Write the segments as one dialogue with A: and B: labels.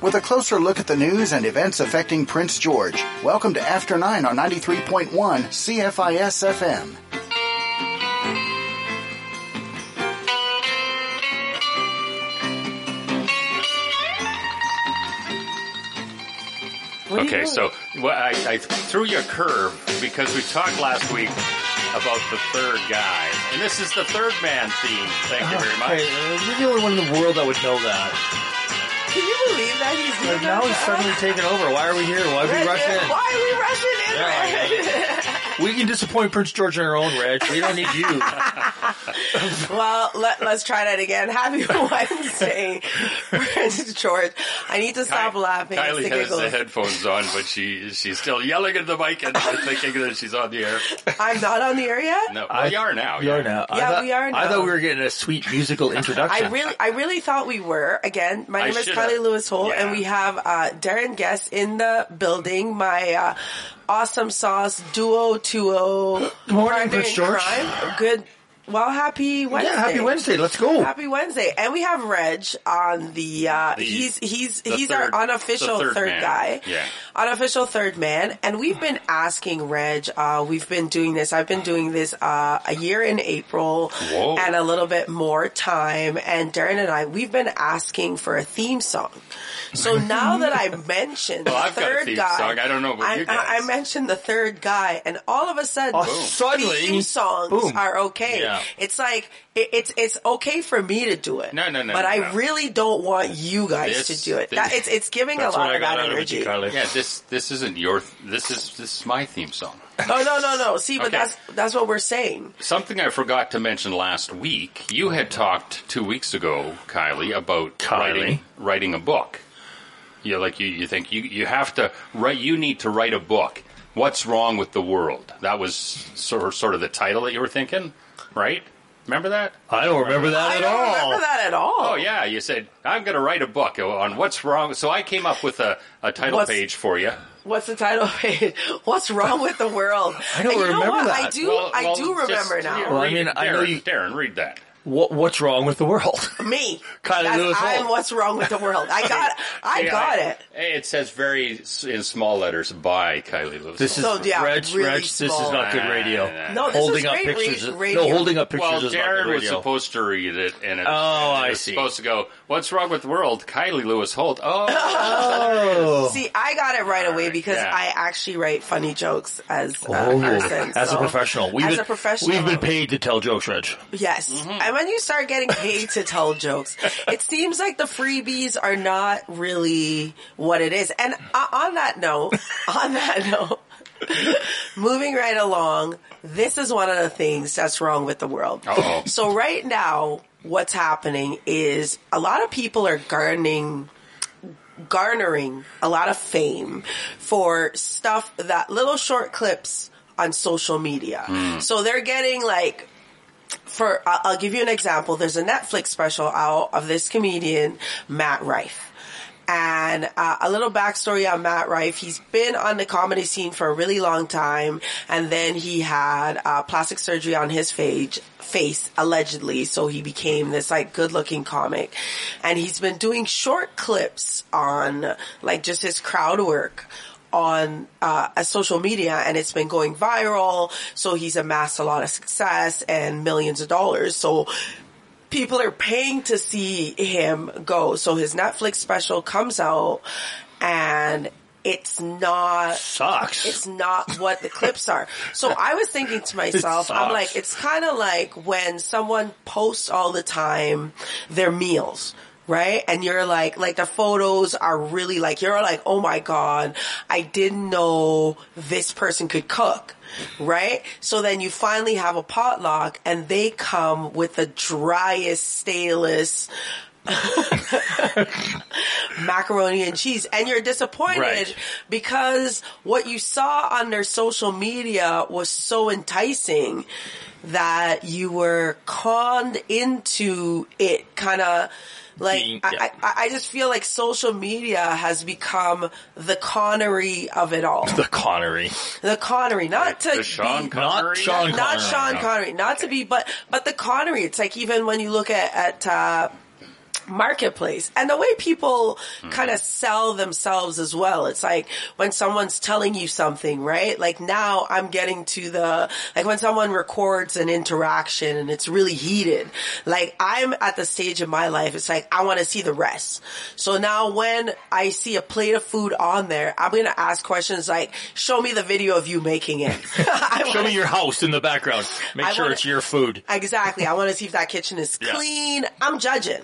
A: with a closer look at the news and events affecting Prince George. Welcome to After 9 on 93.1 CFIS FM.
B: What are you
C: Okay,
B: doing?
C: so well, I, I threw you a curve because we talked last week about the third guy, and this is the third man theme. Thank you very much.
D: Hey, you're the only one in the world that would know that.
B: Can you believe that he's
D: Like,
B: doing
D: now
B: that?
D: he's suddenly taken over. Why are we here? Why did we rush in?
B: Why are we rushing in?
D: We can disappoint Prince George on our own, Reg. We don't need you.
B: well, let, let's try that again. Happy Wednesday, Prince George. I need to stop
C: Ky-
B: laughing. It's
C: Kylie
B: the
C: has the
B: giggles.
C: headphones on, but she she's still yelling at the mic and thinking that she's on the air.
B: I'm not on the air yet.
C: No,
D: I-
C: well, you are now.
D: We are now. I
B: Yeah,
D: thought-
B: we are
D: I
B: now.
D: thought we were getting a sweet musical introduction.
B: I really, I really thought we were. Again, my
C: I
B: name is
C: should've-
B: Kylie Lewis Holt,
C: Yeah.
B: and we have uh, Darren Guest in the building. My uh, awesome sauce duo duo.
D: Good morning,
B: partner
D: Prince
B: in
D: George.
B: crime. Good. Well, happy Wednesday.
D: Yeah, happy Wednesday. Let's go.
B: Happy Wednesday, and we have Reg on the. Uh,
C: The-
B: he's he's
C: the
B: he's
C: third-
B: our unofficial
C: the
B: third,
C: third man.
B: guy.
C: Yeah.
B: unofficial third man, and we've been asking Reg. Uh, we've been doing this. I've been doing this uh, a year in April
C: Whoa.
B: and a little bit more time. And Darren and I, we've been asking for a theme song. So now that I mentioned
C: Well,
B: the
C: I've got a
B: third
C: theme
B: guy,
C: song. I don't know about
B: I,
C: you
B: I- I
C: guys.
B: mentioned the third guy, and all of a sudden,
D: Oh, suddenly,
B: theme songs
D: boom.
B: are okay.
D: Yeah.
B: It's like it, it's it's okay for me to do it.
C: No, no, no,
B: But
C: no,
B: I
C: no.
B: really don't want you guys
C: This-
B: to do it.
C: this-
B: that, it's it's giving
D: That's
B: a
D: what
B: lot
D: I
B: of that
D: got out of it,
B: energy.
D: you, Kylie.
C: Yeah, this this isn't your. This is this is my theme song.
B: oh no no no! See, but
C: Okay.
B: that's that's what we're saying.
C: Something I forgot to mention last week. You had talked two weeks ago, Kylie, about
D: Kylie.
C: writing writing a book. You know, like you, you think you, you have to write. You need to write a book. What's wrong with the world? That was sort of, sort of the title that you were thinking, right? Remember that?
D: I don't remember that
B: I
D: at
B: don't
D: all.
B: remember that at all.
C: Oh yeah, you said I'm going to write a book on what's wrong. So I came up with a, a title
B: What's-
C: page for you.
B: What's the title page? What's wrong with the world?
D: I don't
B: And you know
D: remember
B: what? I
D: that.
B: do.
C: Well-
B: I
C: well,
B: do
C: just-
B: remember now.
D: Well, I
C: read
D: mean,
C: it.
D: I know
C: Darren-
D: you-
C: Darren, read that.
D: What, what's wrong with the world?
B: Me,
D: Kylie
B: That's-
D: Lewis
B: I'm
D: Holt.
B: what's wrong with the world. I got. I
C: Yeah,
B: got
C: I-
B: it.
C: Hey, It says very s- in small letters by Kylie Lewis.
D: This is
B: So, yeah,
D: Reg,
B: really
D: Reg, this is
B: small.
D: not good radio.
B: No, this is
D: holding up
B: great ra-
D: pictures. is-
B: radio.
D: No, holding up pictures
C: well,
D: is not good
C: Darren was
D: radio.
C: supposed to read it, and it,
D: Oh,
C: and it
D: I
C: was
D: see.
C: supposed to go. What's wrong with the world? Kylie Lewis Holt. Oh,
D: oh,
B: See, I got it right away
C: right,
B: because
C: yeah.
B: I actually write funny jokes as a
D: Oh,
B: person.
D: as
B: so-
D: a professional, we've
B: as
D: been,
B: a professional,
D: we've been paid to tell jokes, Reg.
B: Yes, and when you start getting paid to tell jokes, it seems like the freebies are not really what it is. And uh, on that note, on that note. Moving right along, this is one of the things that's wrong with the world.
C: Uh-oh.
B: So right now, what's happening is a lot of people are gardening garnering a lot of fame for stuff that little short clips on social media. So they're getting like for I- I'll give you an example. There's a Netflix special out of this comedian Matt Rife. And uh, a little backstory on Matt Rife. He's been on the comedy scene for a really long time, and then he had uh, plastic surgery on his face, face allegedly. So he became this like good-looking comic, and he's been doing short clips on like just his crowd work on uh, a social media and it's been going viral. So he's amassed a lot of success and millions of dollars. So people are paying to see him go. So his Netflix special comes out and it's not
D: Sucks.
B: it's not what the clips are. So I was thinking to myself, I'm
D: sucks.
B: like, it's kind of like when someone posts all the time their meals. Right? And you're like, like the photos are really like, you're like, oh my God, I didn't know this person could cook. Right? So then you finally have a potluck and they come with the driest, stalest macaroni and cheese and you're disappointed
D: Right.
B: because what you saw on their social media was so enticing that you were conned into it kind of like
D: Being-
B: I,
D: yeah.
B: I, I just feel like social media has become the connery of it all
D: the Connery,
B: the connery not to
C: the Sean
B: be-
D: not
C: Connery.
D: Sean
B: not
D: Connery.
B: Sean Connery, not to be, but but the Connery. It's like even when you look at at uh, marketplace and the way people kind of sell themselves as well. It's like when someone's telling you something, right? Like now I'm getting to the, like when someone records an interaction and it's really heated, like I'm at the stage in my life, it's like I want to see the rest. So now when I see a plate of food on there, I'm going to ask questions like, show me the video of you making it. I
D: Show
B: wanna-
D: me your house in the background. Make
B: I
D: sure
B: wanna-
D: it's your food.
B: Exactly. I want to see if that kitchen is
D: Yeah.
B: clean. I'm judging.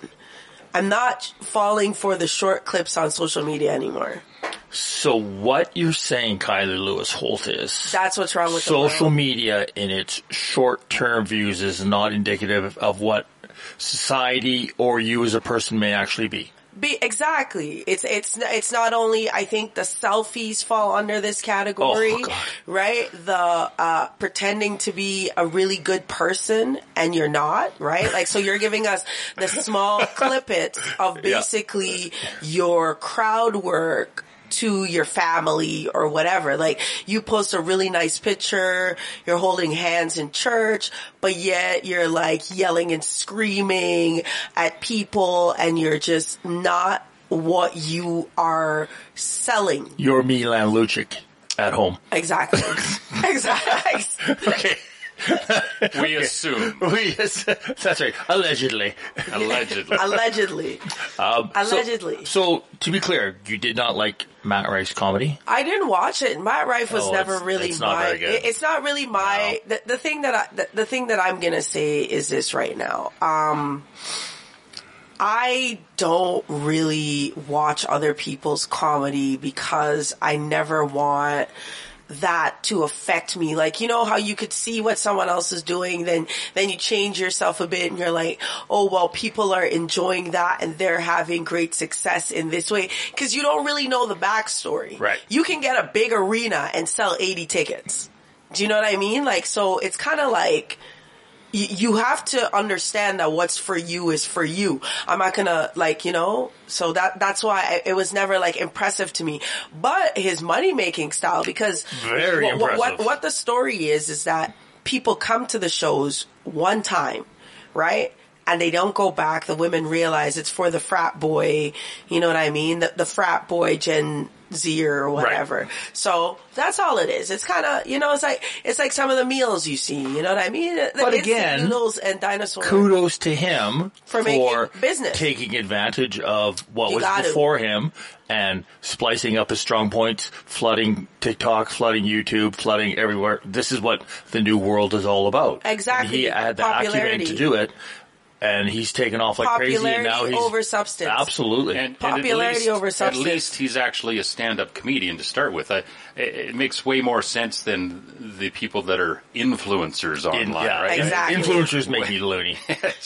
B: I'm not falling for the short clips on social media anymore.
D: So what you're saying, Kyler Lewis Holt, is
B: That's what's wrong with
D: social
B: The world.
D: media in its short-term views is not indicative of what society or you as a person may actually be.
B: Be, exactly. It's it's it's not only I think the selfies fall under this category,
D: Oh, God.
B: right? The uh, pretending to be a really good person and you're not, right? Like so, you're giving us the small clippets of
D: Yeah.
B: basically your crowd work to your family or whatever. Like you post a really nice picture, you're holding hands in church, but yet you're like yelling and screaming at people and you're just not what you are selling.
D: You're Milan Lucic at home.
B: Exactly. exactly.
D: Okay.
C: We assume,
D: yes, that's right. Allegedly. Um,
C: allegedly.
B: Allegedly. Allegedly.
D: So, to be clear, you did not like Matt Rice comedy.
B: I didn't watch it. Matt Rife was
D: Oh,
B: never
D: it's-
B: really
D: it's
B: my.
D: not very good.
B: it- It's not really my. The, the thing that I, the, the thing that I'm gonna say is this right now. Um, I don't really watch other people's comedy because I never want that to affect me. Like, you know how you could see what someone else is doing, then, then you change yourself a bit and you're like, oh, well, people are enjoying that and they're having great success in this way. Cause you don't really know the backstory.
D: Right.
B: You can get a big arena and sell 80 tickets. Do you know what I mean? Like, so it's kind of like, y- you have to understand that what's for you is for you. I'm not gonna like you know. So that that's why I, it was never like impressive to me. But his money making style, because
D: Very
B: what, what- what
D: impressive.
B: what the story is is that people come to the shows one time, right? And they don't go back. The women realize it's for the frat boy. You know what I mean? The, the frat boy Gen Z or whatever. So that's all it is. It's kind of you know, it's like it's like some of the meals you see. You know what I mean? The
D: But
B: instant
D: again,
B: noodles and dinosaurs.
D: Kudos to him
B: For making business.
D: taking advantage of what
B: You
D: was
B: gotta.
D: before him and splicing up his strong points, flooding TikTok, flooding YouTube, flooding everywhere. This is what the new world is all about.
B: Exactly.
D: he had the acumen
B: Popularity.
D: to do it, and he's taken off like crazy. And now
B: Popularity
D: he's
B: over substance.
D: Absolutely.
C: And, and
B: Popularity
C: at least,
B: over substance.
C: At least he's actually a stand-up comedian to start with. I, it, it makes way more sense than the people that are influencers
D: In-
C: online,
D: yeah,
C: right?
B: Exactly.
D: Influencers make me loony.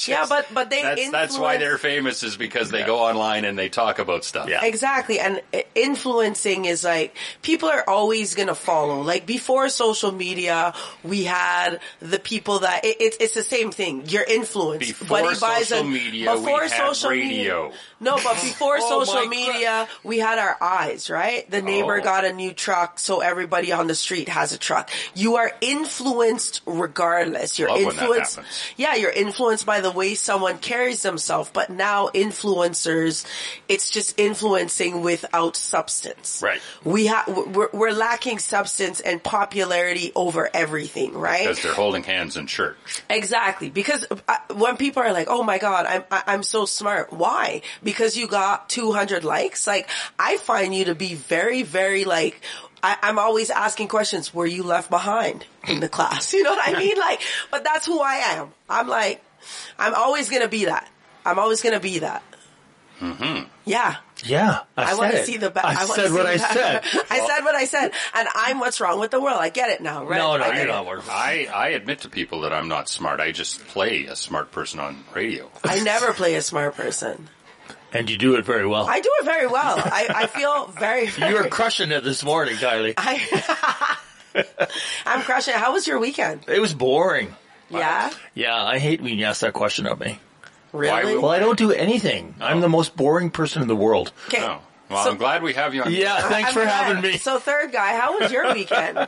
B: Yeah, but but they
C: That's, that's why
B: influence-
C: they're famous is because they go online and they talk about stuff.
D: Yeah.
B: Exactly. And uh, influencing is like, people are always going to follow. Like before social media, we had the people that, it, it's it's the same thing. You're influenced.
C: Before social media, we had radio.
B: media. No, but before
D: Oh
B: social
D: my
B: media, we had our eyes, right? The neighbor
C: Oh.
B: got a new truck, so everybody on the street has a truck. You are influenced regardless. You're
C: Love when that
B: influenced.
C: happens.
B: Yeah, you're influenced by the way someone carries themselves, but now influencers, it's just influencing without substance.
D: Right.
B: We have we're, we're lacking substance and popularity over everything, right?
C: Because they're holding hands in church.
B: Exactly, because uh, when people are like, "Oh my god, I'm I- I'm so smart," why? Because you got 200 likes. Like I find you to be very, very like. I, I'm always asking questions. Were you left behind in the class? You know what I mean? Like, but that's who I am. I'm like, I'm always gonna be that. I'm always gonna be that. Mm-hmm. Yeah.
D: Yeah, I,
B: I
D: said
B: want to
D: it.
B: see the back.
D: I, said what I said.
B: I said what I said, and I'm what's wrong with the world. I get it now, right?
D: No, no,
B: I get
D: you're
B: it.
D: not working.
C: I, I admit to people that I'm not smart. I just play a smart person on radio.
B: I never play a smart person.
D: And you do it very well.
B: I do it very well. I, I feel very. very
D: Oh. you were crushing it this morning, Kylie.
B: I, I'm crushing. it. How was your weekend?
D: It was boring.
B: Yeah,
D: Yeah, I hate when you ask that question of me.
B: really.
C: would-
D: Well, I don't do anything. I'm the most boring person in the world.
B: okay,
C: Oh, Well,
B: So-
C: I'm glad we have you on.
D: Yeah, thanks
B: I'm
D: for
B: glad.
D: having me.
B: So, third guy, how was your weekend?
C: Uh,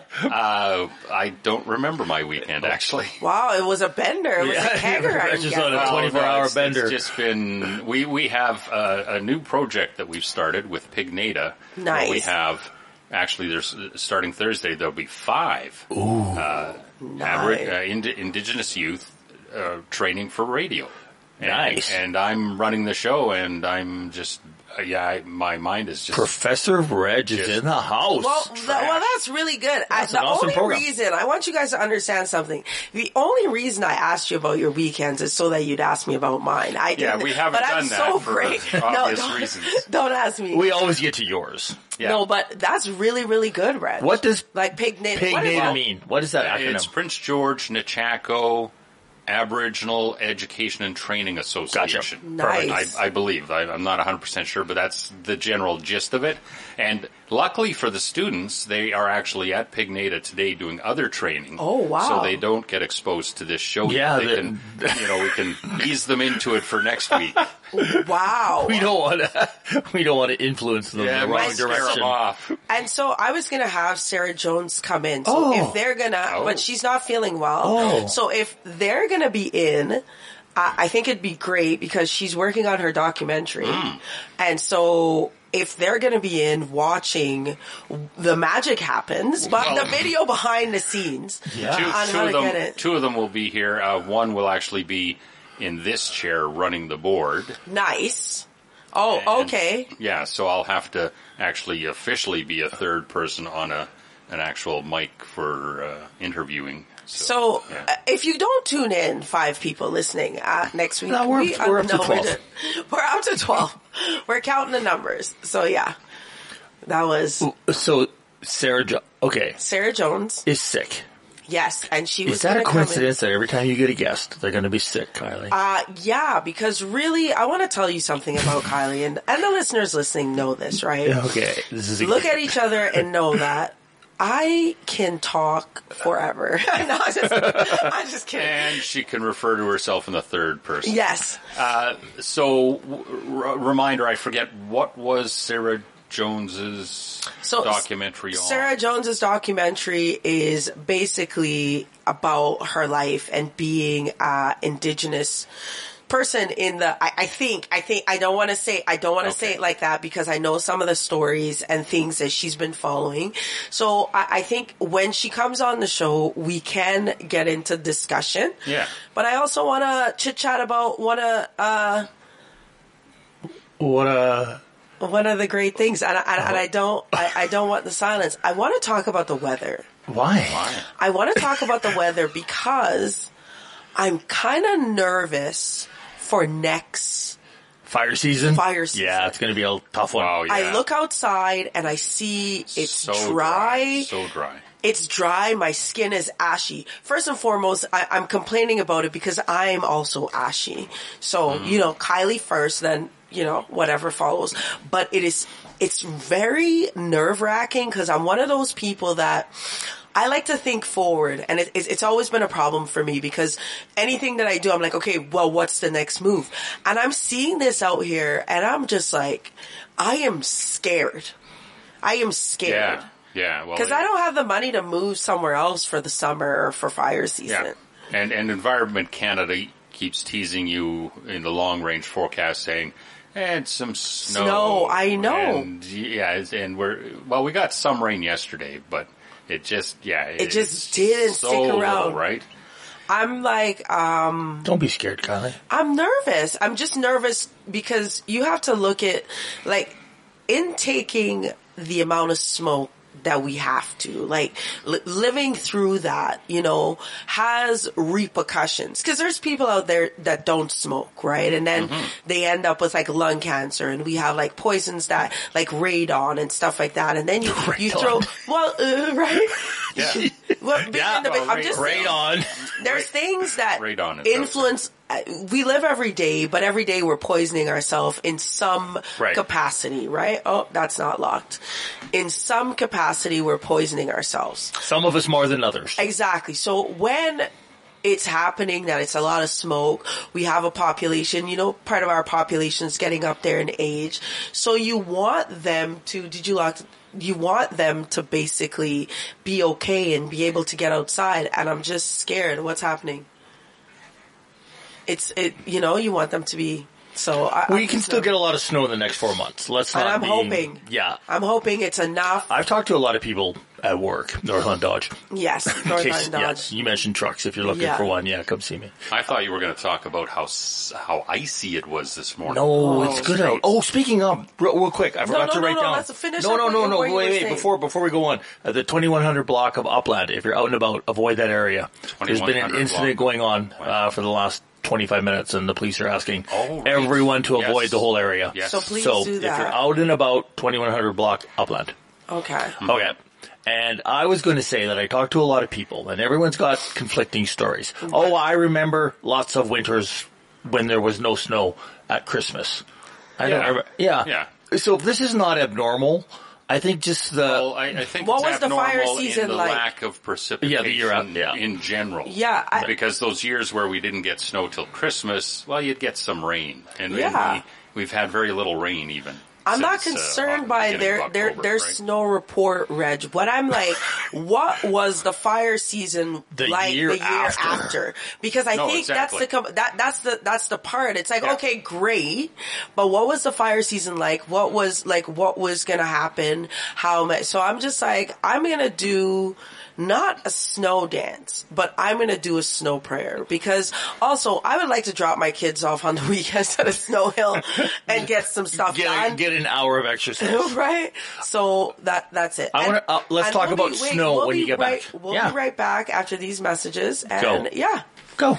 C: I don't remember my weekend actually.
B: wow, Oh, it was a bender. It was
D: Yeah,
B: a kegger.
D: I
B: I'm
D: just thought it-
C: Oh,
B: guessing.
D: 24-hour
C: it's-
D: bender.
C: It's just been we we have a, a new project that we've started with Pignata. where
B: Nice.
C: We have actually there's starting Thursday there'll be five abri- uh,
B: Nice.
C: ind- indigenous youth uh, training for radio. And,
D: Nice.
C: And I'm running the show, and I'm just uh, yeah, I, my mind is just
D: Professor Reg is in the house.
B: Well, th- well, that's really good. I,
D: an
B: the
D: awesome
B: only
D: program.
B: reason I want you guys to understand something. The only reason I asked you about your weekends is so that you'd ask me about mine. I
C: yeah.
B: didn't,
C: We haven't
B: but
C: done
B: I'm
C: that
B: so
C: for
B: great.
C: obvious
B: no, don't,
C: reasons.
B: Don't ask me.
D: we always get to yours.
C: Yeah.
B: No, but that's really, really good, Reg.
D: What does
B: like pig name?
D: Pig
B: what is
D: Native
B: that?
D: mean? What is that acronym?
C: It's Prince George Nechaco Aboriginal Education and Training Association.
B: Nice. Perfect.
C: I, I believe. I, I'm not 100% sure, but that's the general gist of it. And luckily for the students, they are actually at Pignata today doing other training.
B: Oh, wow.
C: So they don't get exposed to this show.
D: Yeah,
C: They
D: the-
C: can, you know, we can ease them into it for next week.
B: Wow.
D: We don't want to. We don't want to influence them in the
C: we'll
D: wrong
B: nice
C: scare 'em
D: direction.
C: off.
B: And so I was gonna have Sarah Jones come in. So
D: Oh.
B: if they're gonna,
C: Oh.
B: but she's not feeling well.
D: Oh.
B: So if they're gonna be in, I, I think it'd be great because she's working on her documentary.
C: Hmm.
B: And so if they're gonna be in watching the magic happens, but the video behind the scenes
D: Yeah.
C: two,
B: on
C: two
B: how to
C: of them,
B: get it.
C: two of them will be here. Uh, one will actually be in this chair running the board.
B: nice. Oh,
C: And-
B: okay.
C: Yeah, so I'll have to actually officially be a third person on a an actual mic for uh, interviewing.
B: So,
C: yeah.
B: uh, if you don't tune in, five people listening uh, next week,
D: No, we're-
B: we,
D: we're up to
B: we're
D: 12.
B: good. We're, up to twelve. we're counting the numbers. So yeah, that was
D: So Sarah, jo- okay,
B: Sarah Jones.
D: is sick.
B: Yes, and she was.
D: Is that a
B: gonna come in-
D: coincidence that every time you get a guest, they're going to be sick, Kylie?
B: Uh, yeah, because really, I want to tell you something about Kylie, and and the listeners listening know this, right?
D: okay, this is a,
B: Look at each other and know that. I can talk forever. no, I'm just, I'm just kidding.
C: and she can refer to herself in the third person.
B: Yes.
C: Uh, so, w- r- reminder: I forget what was Sarah Jones's
B: So,
C: documentary on.
B: Sarah Jones's documentary is basically about her life and being a indigenous person in the I, I think I think I don't want to say I don't want to say
C: Okay.
B: it like that because I know some of the stories and things that she's been following. So I, I think when she comes on the show we can get into discussion.
C: Yeah.
B: But I also wanna chit chat about one of uh
D: what uh, a
B: one of the great things and I, and, I- and I don't I, I don't want the silence. I wanna talk about the weather.
D: why?
B: I want to talk about the weather because I'm kind of nervous for next.
D: Fire season.
B: Fire season.
D: Yeah, it's going to be a tough one.
C: Wow, Oh, yeah.
B: I look outside and I see it's
C: so
B: dry.
C: so dry.
B: It's dry. My skin is ashy. First and foremost, I, I'm complaining about it because I'm also ashy. So,
C: Mm-hmm.
B: you know, Kylie first, then, you know, whatever follows. But it is, it's very nerve wracking because I'm one of those people that I like to think forward and it, it's, it's always been a problem for me because anything that I do, I'm like, okay, well, what's the next move? And I'm seeing this out here and I'm just like, I am scared. I am scared.
C: Yeah, yeah. Well,
B: Because
C: it-
B: I don't have the money to move somewhere else for the summer or for fire season.
C: Yeah. And and Environment Canada keeps teasing you in the long range forecast saying, and some snow.
B: Snow, I know.
C: And, yeah, it's- and we're well, we got some rain yesterday, but it just yeah, it,
B: just didn't
C: so
B: stick
C: little,
B: around.
C: right?
B: I'm like, um,
D: Don't be scared, Kylie.
B: I'm nervous. I'm just nervous because you have to look at, like, intaking the amount of smoke that we have to, like, li- living through that, you know, has repercussions. Cause there's people out there that don't smoke, right? And then they end up with like lung cancer and we have like poisons that, like radon and stuff like that. And then you, you throw,
D: Radon.
B: well, uh, right?
C: Yeah.
B: Well, being
D: Yeah,
B: in the,
C: well,
B: I'm just
C: ra-
B: saying-
D: Radon.
B: there's things that
C: radon is
B: influence. uh, We live every day, but every day we're poisoning ourselves in some
D: Right.
B: capacity, right? Oh, that's not locked. In some capacity, we're poisoning ourselves.
D: Some of us more than others.
B: Exactly. So when it's happening, that it's a lot of smoke. We have a population, you know, part of our population is getting up there in age. So you want them to, did you lock, you want them to basically be okay and be able to get outside. And I'm just scared what's happening. It's, it, you know, you want them to be, so I,
D: We can
B: I'm just
D: still
B: nervous.
D: get a lot of snow in the next four months. Let's not.
B: And I'm
D: be-
B: hoping.
D: Yeah,
B: I'm hoping it's enough.
D: I've talked to a lot of people at work, Northland Dodge.
B: yes, North
D: Case-
B: Island Dodge.
D: Yeah, you mentioned trucks. If you're looking
B: Yeah.
D: for one, yeah, come see me.
C: I thought you were going to talk about how s- how icy it was this morning.
D: No,
B: Oh,
D: it's good
C: great.
D: out. Oh, speaking of, real, real quick, I forgot
B: no,
D: to
B: no,
D: write
B: no,
D: down.
B: let's finish
D: no,
B: up
D: no,
B: what
D: no,
B: you-
D: no.
B: what you
D: Wait,
B: were
D: wait.
B: saying.
D: Before before we go on, uh, the 2100 block of Upland. If you're out and about, avoid that area. There's been an
C: 2100
D: incident
C: block.
D: going on uh, for the last 25 minutes, and the police are asking
C: Oh, right.
D: everyone to
C: Yes.
D: avoid the whole area.
C: Yes.
B: So please
D: so
B: do
D: if
B: that.
D: you're out and about, 2100 block Upland.
B: Okay.
D: Okay. Oh, And I was going to say that I talked to a lot of people, and everyone's got conflicting stories. Oh, I remember lots of winters when there was no snow at Christmas. I
C: Yeah.
D: don't. I, yeah.
C: Yeah.
D: So if this is not abnormal, I think just the
C: Well, I, I think
B: What
C: it's
B: was the fire
C: abnormal
B: season
C: in the
B: like?
C: lack of precipitation
D: Yeah, the year out- yeah.
C: in general.
B: Yeah, I-
C: because those years where we didn't get snow till Christmas, well, you'd get some rain, and, and
B: Yeah.
C: we, we've had very little rain even.
B: I'm not
C: since, uh,
B: concerned
C: the
B: by
C: beginning
B: their
C: of
B: their
C: October,
B: their
C: right?
B: snow report, Reg. But I'm like, what was the fire season
D: The
B: like
D: year
B: the year
D: after.
B: after? Because I
C: No,
B: think
C: exactly.
B: that's the com- that that's the that's the part. It's like
C: Yeah.
B: okay, great, but what was the fire season like? What was like what was gonna happen? How much? So I'm just like, I'm gonna do not a snow dance, but I'm gonna do a snow prayer because also I would like to drop my kids off on the weekends at a snow hill and get some stuff
D: get
B: done
D: a, get an hour of exercise.
B: right? So that that's it.
D: I
B: And-
D: wanna- uh, let's
B: and
D: talk
B: we'll
D: about
B: be- wait,
D: snow
B: we'll
D: when you
B: be
D: get
B: right,
D: back.
B: We'll
D: Yeah.
B: be right back after these messages, and
D: Go.
B: yeah,
D: Go.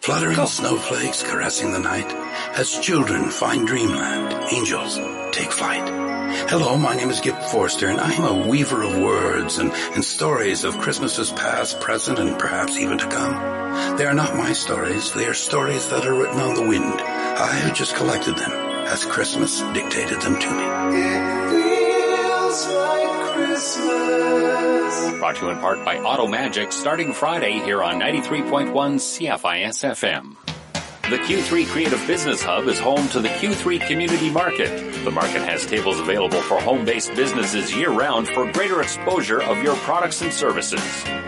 E: Fluttering snowflakes caressing the night. As children find dreamland, angels take flight. Hello, my name is Gip Forster, and I am a weaver of words and, and stories of Christmases past, present, and perhaps even to come. They are not my stories, they are stories that are written on the wind. I have just collected them as Christmas dictated them to me.
C: Brought to you in part by Auto Magic starting Friday here on 93.1 CFIS FM. The Q3 Creative Business Hub is home to the Q3 Community Market. The market has tables available for home-based businesses year-round for greater exposure of your products and services.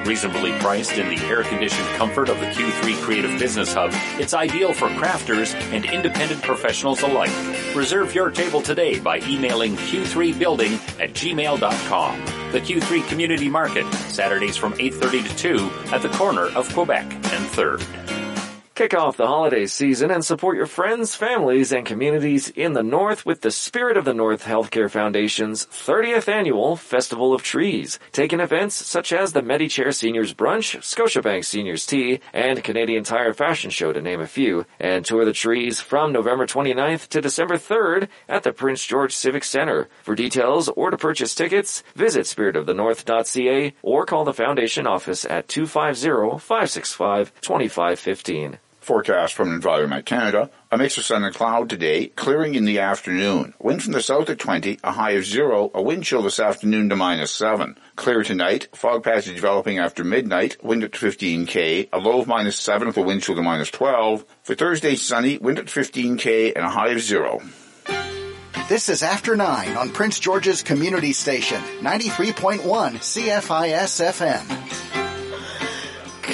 C: Reasonably priced in the air-conditioned comfort of the Q3 Creative Business Hub, it's ideal for crafters and independent professionals alike. Reserve your table today by emailing q3building at gmail.com. The Q3 Community Market, Saturdays from 8.30 to 2 at the corner of Quebec and 3rd.
F: Kick off the holiday season and support your friends, families, and communities in the North with the Spirit of the North Healthcare Foundation's 30th annual Festival of Trees. Take in events such as the MediChair Seniors Brunch, Scotiabank Seniors Tea, and Canadian Tire Fashion Show to name a few, and tour the trees from November 29th to December 3rd at the Prince George Civic Center. For details or to purchase tickets, visit spiritofthenorth.ca or call the foundation office at 250-565-2515.
G: Forecast from Environment Canada. A mix of sun and cloud today, clearing in the afternoon. Wind from the south at 20, a high of 0, a wind chill this afternoon to minus 7. Clear tonight, fog passage developing after midnight, wind at 15k, a low of minus 7 with a wind chill to minus 12. For Thursday, sunny, wind at 15k and a high of 0.
A: This is After 9 on Prince George's Community Station, 93.1 CFIS FM.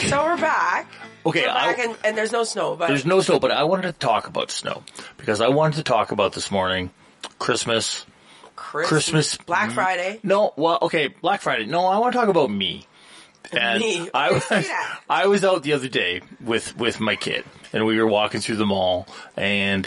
B: so we're back.
D: Okay,
B: we're back,
D: I-
B: and, and there's no snow, but
D: There's no snow, but I wanted to talk about snow because I wanted to talk about this morning Christmas.
B: Christmas,
D: Christmas-
B: Black Friday.
D: No, well, okay, Black Friday. No, I want to talk about me. And
B: Me.
D: I
B: Okay,
D: was,
B: say that.
D: I was out the other day with with my kid, and we were walking through the mall, and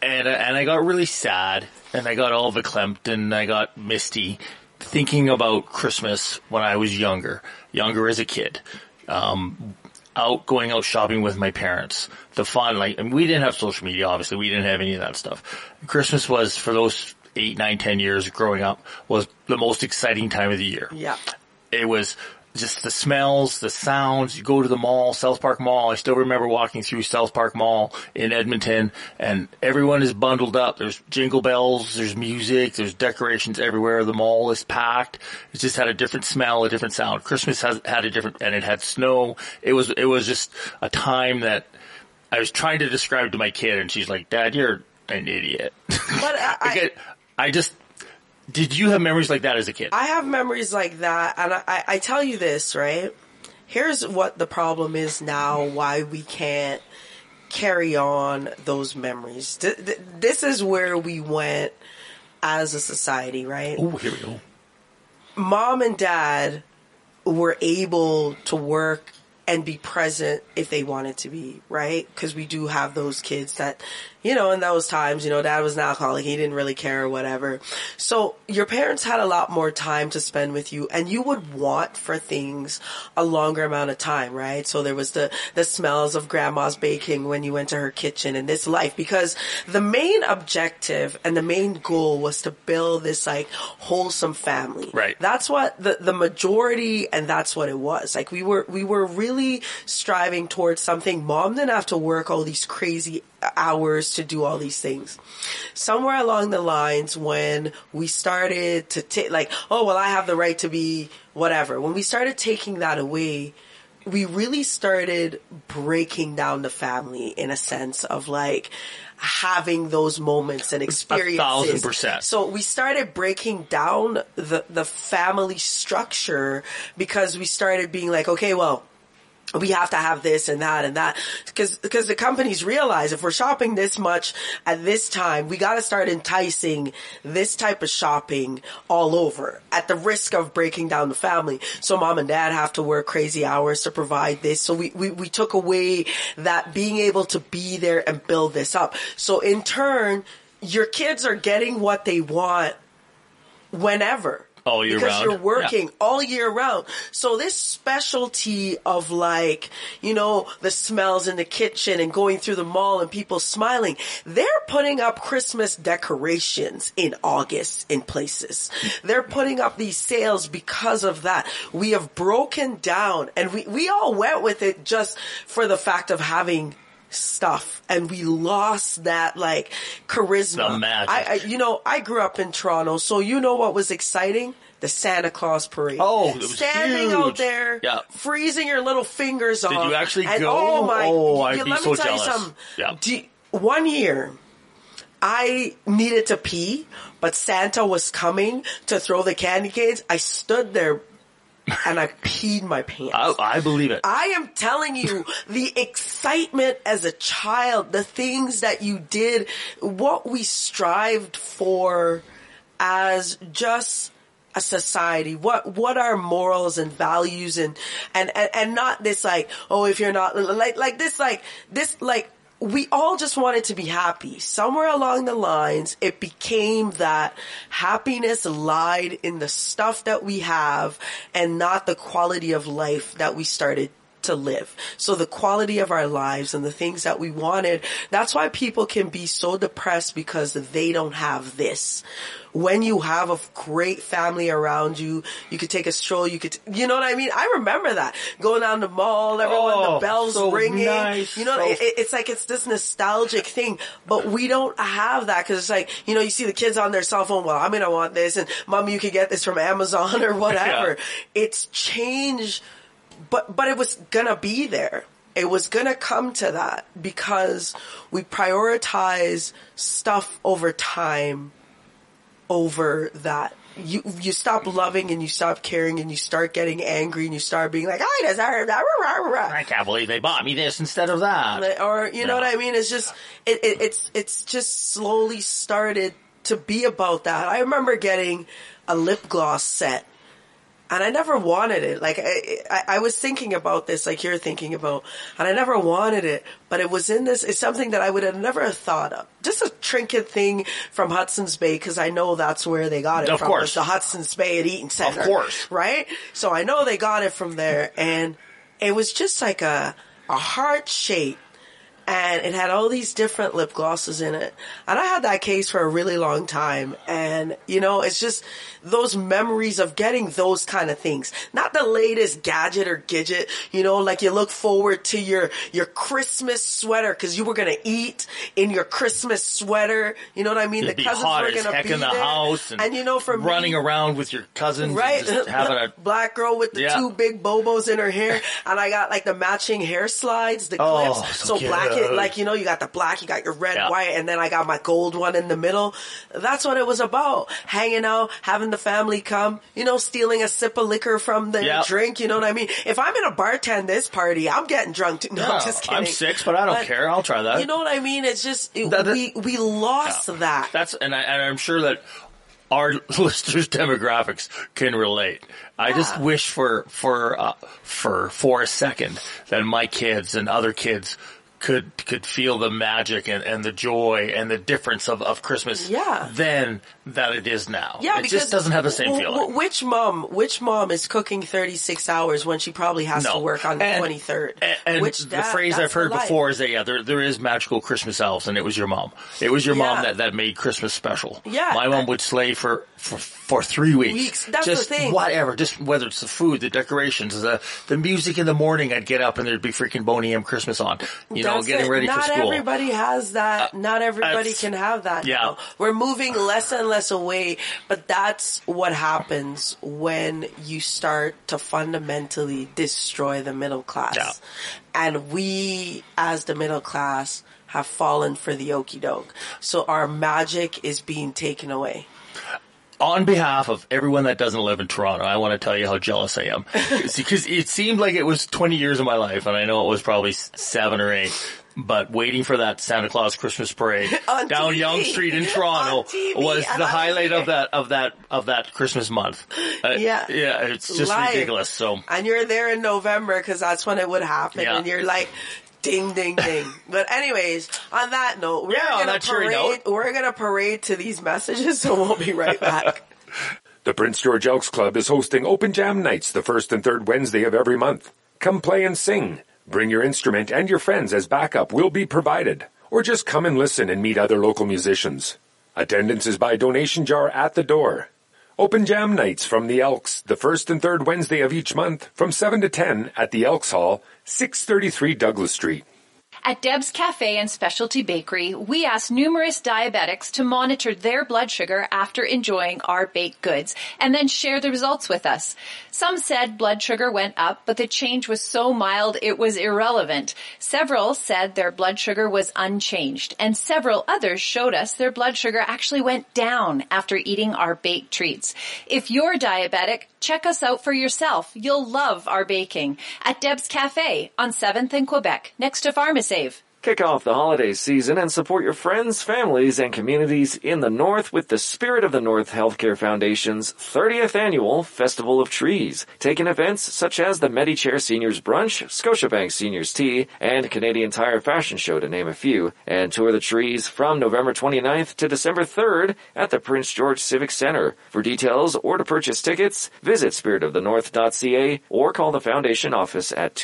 D: and I- and I got really sad, and I got all verklempt, and I got misty, thinking about Christmas when I was younger, younger as a kid. Um, out going out shopping with my parents. The fun, like, and we didn't have social media, obviously. We didn't have any of that stuff. Christmas was, for those eight, nine, ten years growing up, was the most exciting time of the year
B: Yeah,
D: it was just the smells, the sounds. You go to the mall, South Park Mall. I still remember walking through South Park Mall in Edmonton and everyone is bundled up. There's jingle bells, there's music, there's decorations everywhere. The mall is packed. It just had a different smell, a different sound. Christmas has had a different, and it had snow. It was, it was just a time that I was trying to describe to my kid and she's like, dad, you're an idiot.
B: But I, I,
D: I, I just, did you have memories like that as a kid?
B: I have memories like that, and I- I, I tell you this, right? Here's what the problem is now why we can't carry on those memories. Th- th- this is where we went as a society, right?
D: oh, here we go.
B: mom and dad were able to work and be present if they wanted to be, right? Because we do have those kids that, you know, in those times, you know, dad was an alcoholic, he didn't really care or whatever. So your parents had a lot more time to spend with you and you would want for things a longer amount of time, right? So there was the, the smells of grandma's baking when you went to her kitchen and this life because the main objective and the main goal was to build this like wholesome family.
D: Right.
B: That that's what the, the majority and that's what it was like we were we were really striving towards something mom didn't have to work all these crazy hours to do all these things somewhere along the lines when we started to take like oh well i have the right to be whatever when we started taking that away we really started breaking down the family in a sense of like having those moments and experiences.
D: percent.
B: So we started breaking down the the family structure because we started being like, okay, well, we have to have this and that and that because because the companies realize if we're shopping this much at this time we got to start enticing this type of shopping all over at the risk of breaking down the family so mom and dad have to work crazy hours to provide this so we we, we took away that being able to be there and build this up so in turn your kids are getting what they want whenever
D: All Oh, year
B: because
D: round.
B: you're working
D: Yeah.
B: all year round. So this specialty of like, you know, the smells in the kitchen and going through the mall and people smiling, they're putting up Christmas decorations in August in places. They're putting up these sales because of that. We have broken down and we, we all went with it just for the fact of having stuff and we lost that like charisma.
D: The magic.
B: I, I, you know, I grew up in Toronto, so you know what was exciting? The Santa Claus parade.
D: Oh, it was
B: standing
D: huge.
B: out there,
D: Yeah.
B: freezing your little fingers Did off.
D: you actually
B: and,
D: go?
B: Oh my!
D: Oh,
B: you-
D: I'd
B: you-
D: be
B: let
D: so
B: me tell
D: jealous.
B: you something.
D: Yeah.
B: Do- one year, I needed to pee, but Santa was coming to throw the candy canes. I stood there and I peed my pants.
D: I, I believe it.
B: I am telling you, the excitement as a child, the things that you did, what we strived for as just a society, what, what our morals and values and, and, and, and not this like, oh, if you're not, like, like this, like, this, like, we all just wanted to be happy. Somewhere along the lines, it became that happiness lied in the stuff that we have and not the quality of life that we started to live. So the quality of our lives and the things that we wanted, that's why people can be so depressed because they don't have this. When you have a great family around you, you could take a stroll, you could, you know what I mean? I remember that. Going down the mall, everyone,
D: Oh,
B: the bells
D: so
B: ringing.
D: nice,
B: You know,
D: so
B: it, it- it's like it's this nostalgic thing, but we don't have that because it's like you know you see the kids on their cell phone. Well, I'm gonna want this, and mom, you could get this from Amazon or whatever. It's changed, but but it was gonna be there. It was gonna come to that because we prioritize stuff over time over that. You you stop loving and you stop caring and you start getting angry and you start being like "Oh, I deserve that. rah, rah, rah, rah."
D: I can't believe they bought me this instead of that.
B: Like, or you know
D: Yeah.
B: what I mean? It's just it, it, it's it's just slowly started to be about that. I remember getting a lip gloss set, and I never wanted it. Like I, I, I was thinking about this, like you're thinking about, and I never wanted it. But it was in this. It's something that I would have never thought of. Just a trinket thing from Hudson's Bay because I know that's where they got it.
D: Of
B: from,
D: course.
B: was the Hudson's Bay at Eaton Center.
D: course.
B: right? So I know they got it from there, and it was just like a a heart shape and it had all these different lip glosses in it. And I had that case for a really long time. And, you know, it's just those memories of getting those kind of things. Not the latest gadget or gadget, you know, like you look forward to your, your Christmas sweater because you were going to eat in your Christmas sweater. You know what I mean?
D: It'd be hot as
B: gonna
D: heck in the
B: there.
D: house,
B: And, you know, from
D: running around with your cousins,
B: Right,
D: And just having a
B: black girl with the
D: Yeah.
B: two big bobos in her hair, and I got like the matching hair slides, the
D: Oh,
B: clips. So,
D: so
B: black, it,
D: cute.
B: like you know, you got the black, you got your red,
D: Yeah.
B: white, and then I got my gold one in the middle. That's what it was about: hanging out, having the family come, you know, stealing a sip of liquor from the
D: Yeah.
B: drink. You know what I mean? If I'm in a bartender's party, I'm getting drunk. Too. No, I'm just kidding.
D: I'm six, but I don't care. I'll try that.
B: You know what I mean? It's just it-
D: That- that-
B: we we lost that.
D: That's and, I, and I'm sure that our listeners' demographics can relate. I just wish for for uh, for for a second that my kids and other kids could could feel the magic and, and the joy and the difference of, of Christmas
B: Yeah.
D: then that it is now.
B: Yeah,
D: it
B: because
D: just doesn't have the same
B: w-
D: feeling.
B: w- Which mom? Which mom is cooking thirty six hours when she probably has to work on the
D: And-
B: twenty third?
D: And, and the phrase I've heard before is that yeah, there there is magical Christmas elves, and it was your mom. It was your
B: Yeah.
D: mom that, that made Christmas special.
B: Yeah.
D: my mom would slay for for, for three weeks.
B: Weeks. That's the
D: just
B: thing.
D: Whatever, just whether it's the food, the decorations, the the music in the morning. I'd get up and there'd be freaking Boney M Christmas on. You know,
B: That's
D: getting
B: it.
D: ready
B: Not
D: for school. Uh,
B: everybody has that. Not everybody
D: that's-
B: can have that.
D: yeah.
B: now. We're moving less and less away, but that's what happens when you start to fundamentally destroy the middle class.
D: Yeah.
B: And we, as the middle class, have fallen for the okey doke. So our magic is being taken away.
D: on behalf of everyone that doesn't live in Toronto, I want to tell you how jealous I am. Because it seemed like it was 20 years of my life, and I know it was probably s- seven or eight. But waiting for that Santa Claus Christmas parade
B: On
D: down
B: TV.
D: Young Street in
B: On
D: Toronto
B: TV,
D: was
B: and
D: the
B: on
D: highlight
B: air.
D: of that of that of that Christmas month. Uh,
B: Yeah.
D: yeah, it's just
B: Live.
D: ridiculous. So
B: and you're there in November because that's when it would happen,
D: Yeah.
B: and you're like, ding, ding, ding. but anyways, on that note, we're
D: Yeah, on
B: gonna
D: that cheery
B: parade.
D: note.
B: We're gonna parade to these messages, so we'll be right back.
H: The Prince George Elks Club is hosting open jam nights the first and third Wednesday of every month. Come play and sing. Bring your instrument and your friends as backup will be provided. Or just come and listen and meet other local musicians. Attendance is by donation jar at the door. Open jam nights from the Elks, the first and third Wednesday of each month from 7 to 10 at the Elks Hall, 633 Douglas Street.
I: At Deb's Cafe and Specialty Bakery, we asked numerous diabetics to monitor their blood sugar after enjoying our baked goods and then share the results with us. Some said blood sugar went up, but the change was so mild it was irrelevant. Several said their blood sugar was unchanged and several others showed us their blood sugar actually went down after eating our baked treats. If you're diabetic, check us out for yourself. You'll love our baking at Deb's Cafe on 7th and Quebec next to Pharmasave.
F: Kick off the holiday season and support your friends, families, and communities in the North with the Spirit of the North Healthcare Foundation's 30th annual Festival of Trees, taking events such as the MediChair Seniors Brunch, Scotiabank Seniors Tea, and Canadian Tire Fashion Show to name a few, and tour the trees from November 29th to December 3rd at the Prince George Civic Center. For details or to purchase tickets, visit spiritofthenorth.ca or call the foundation office at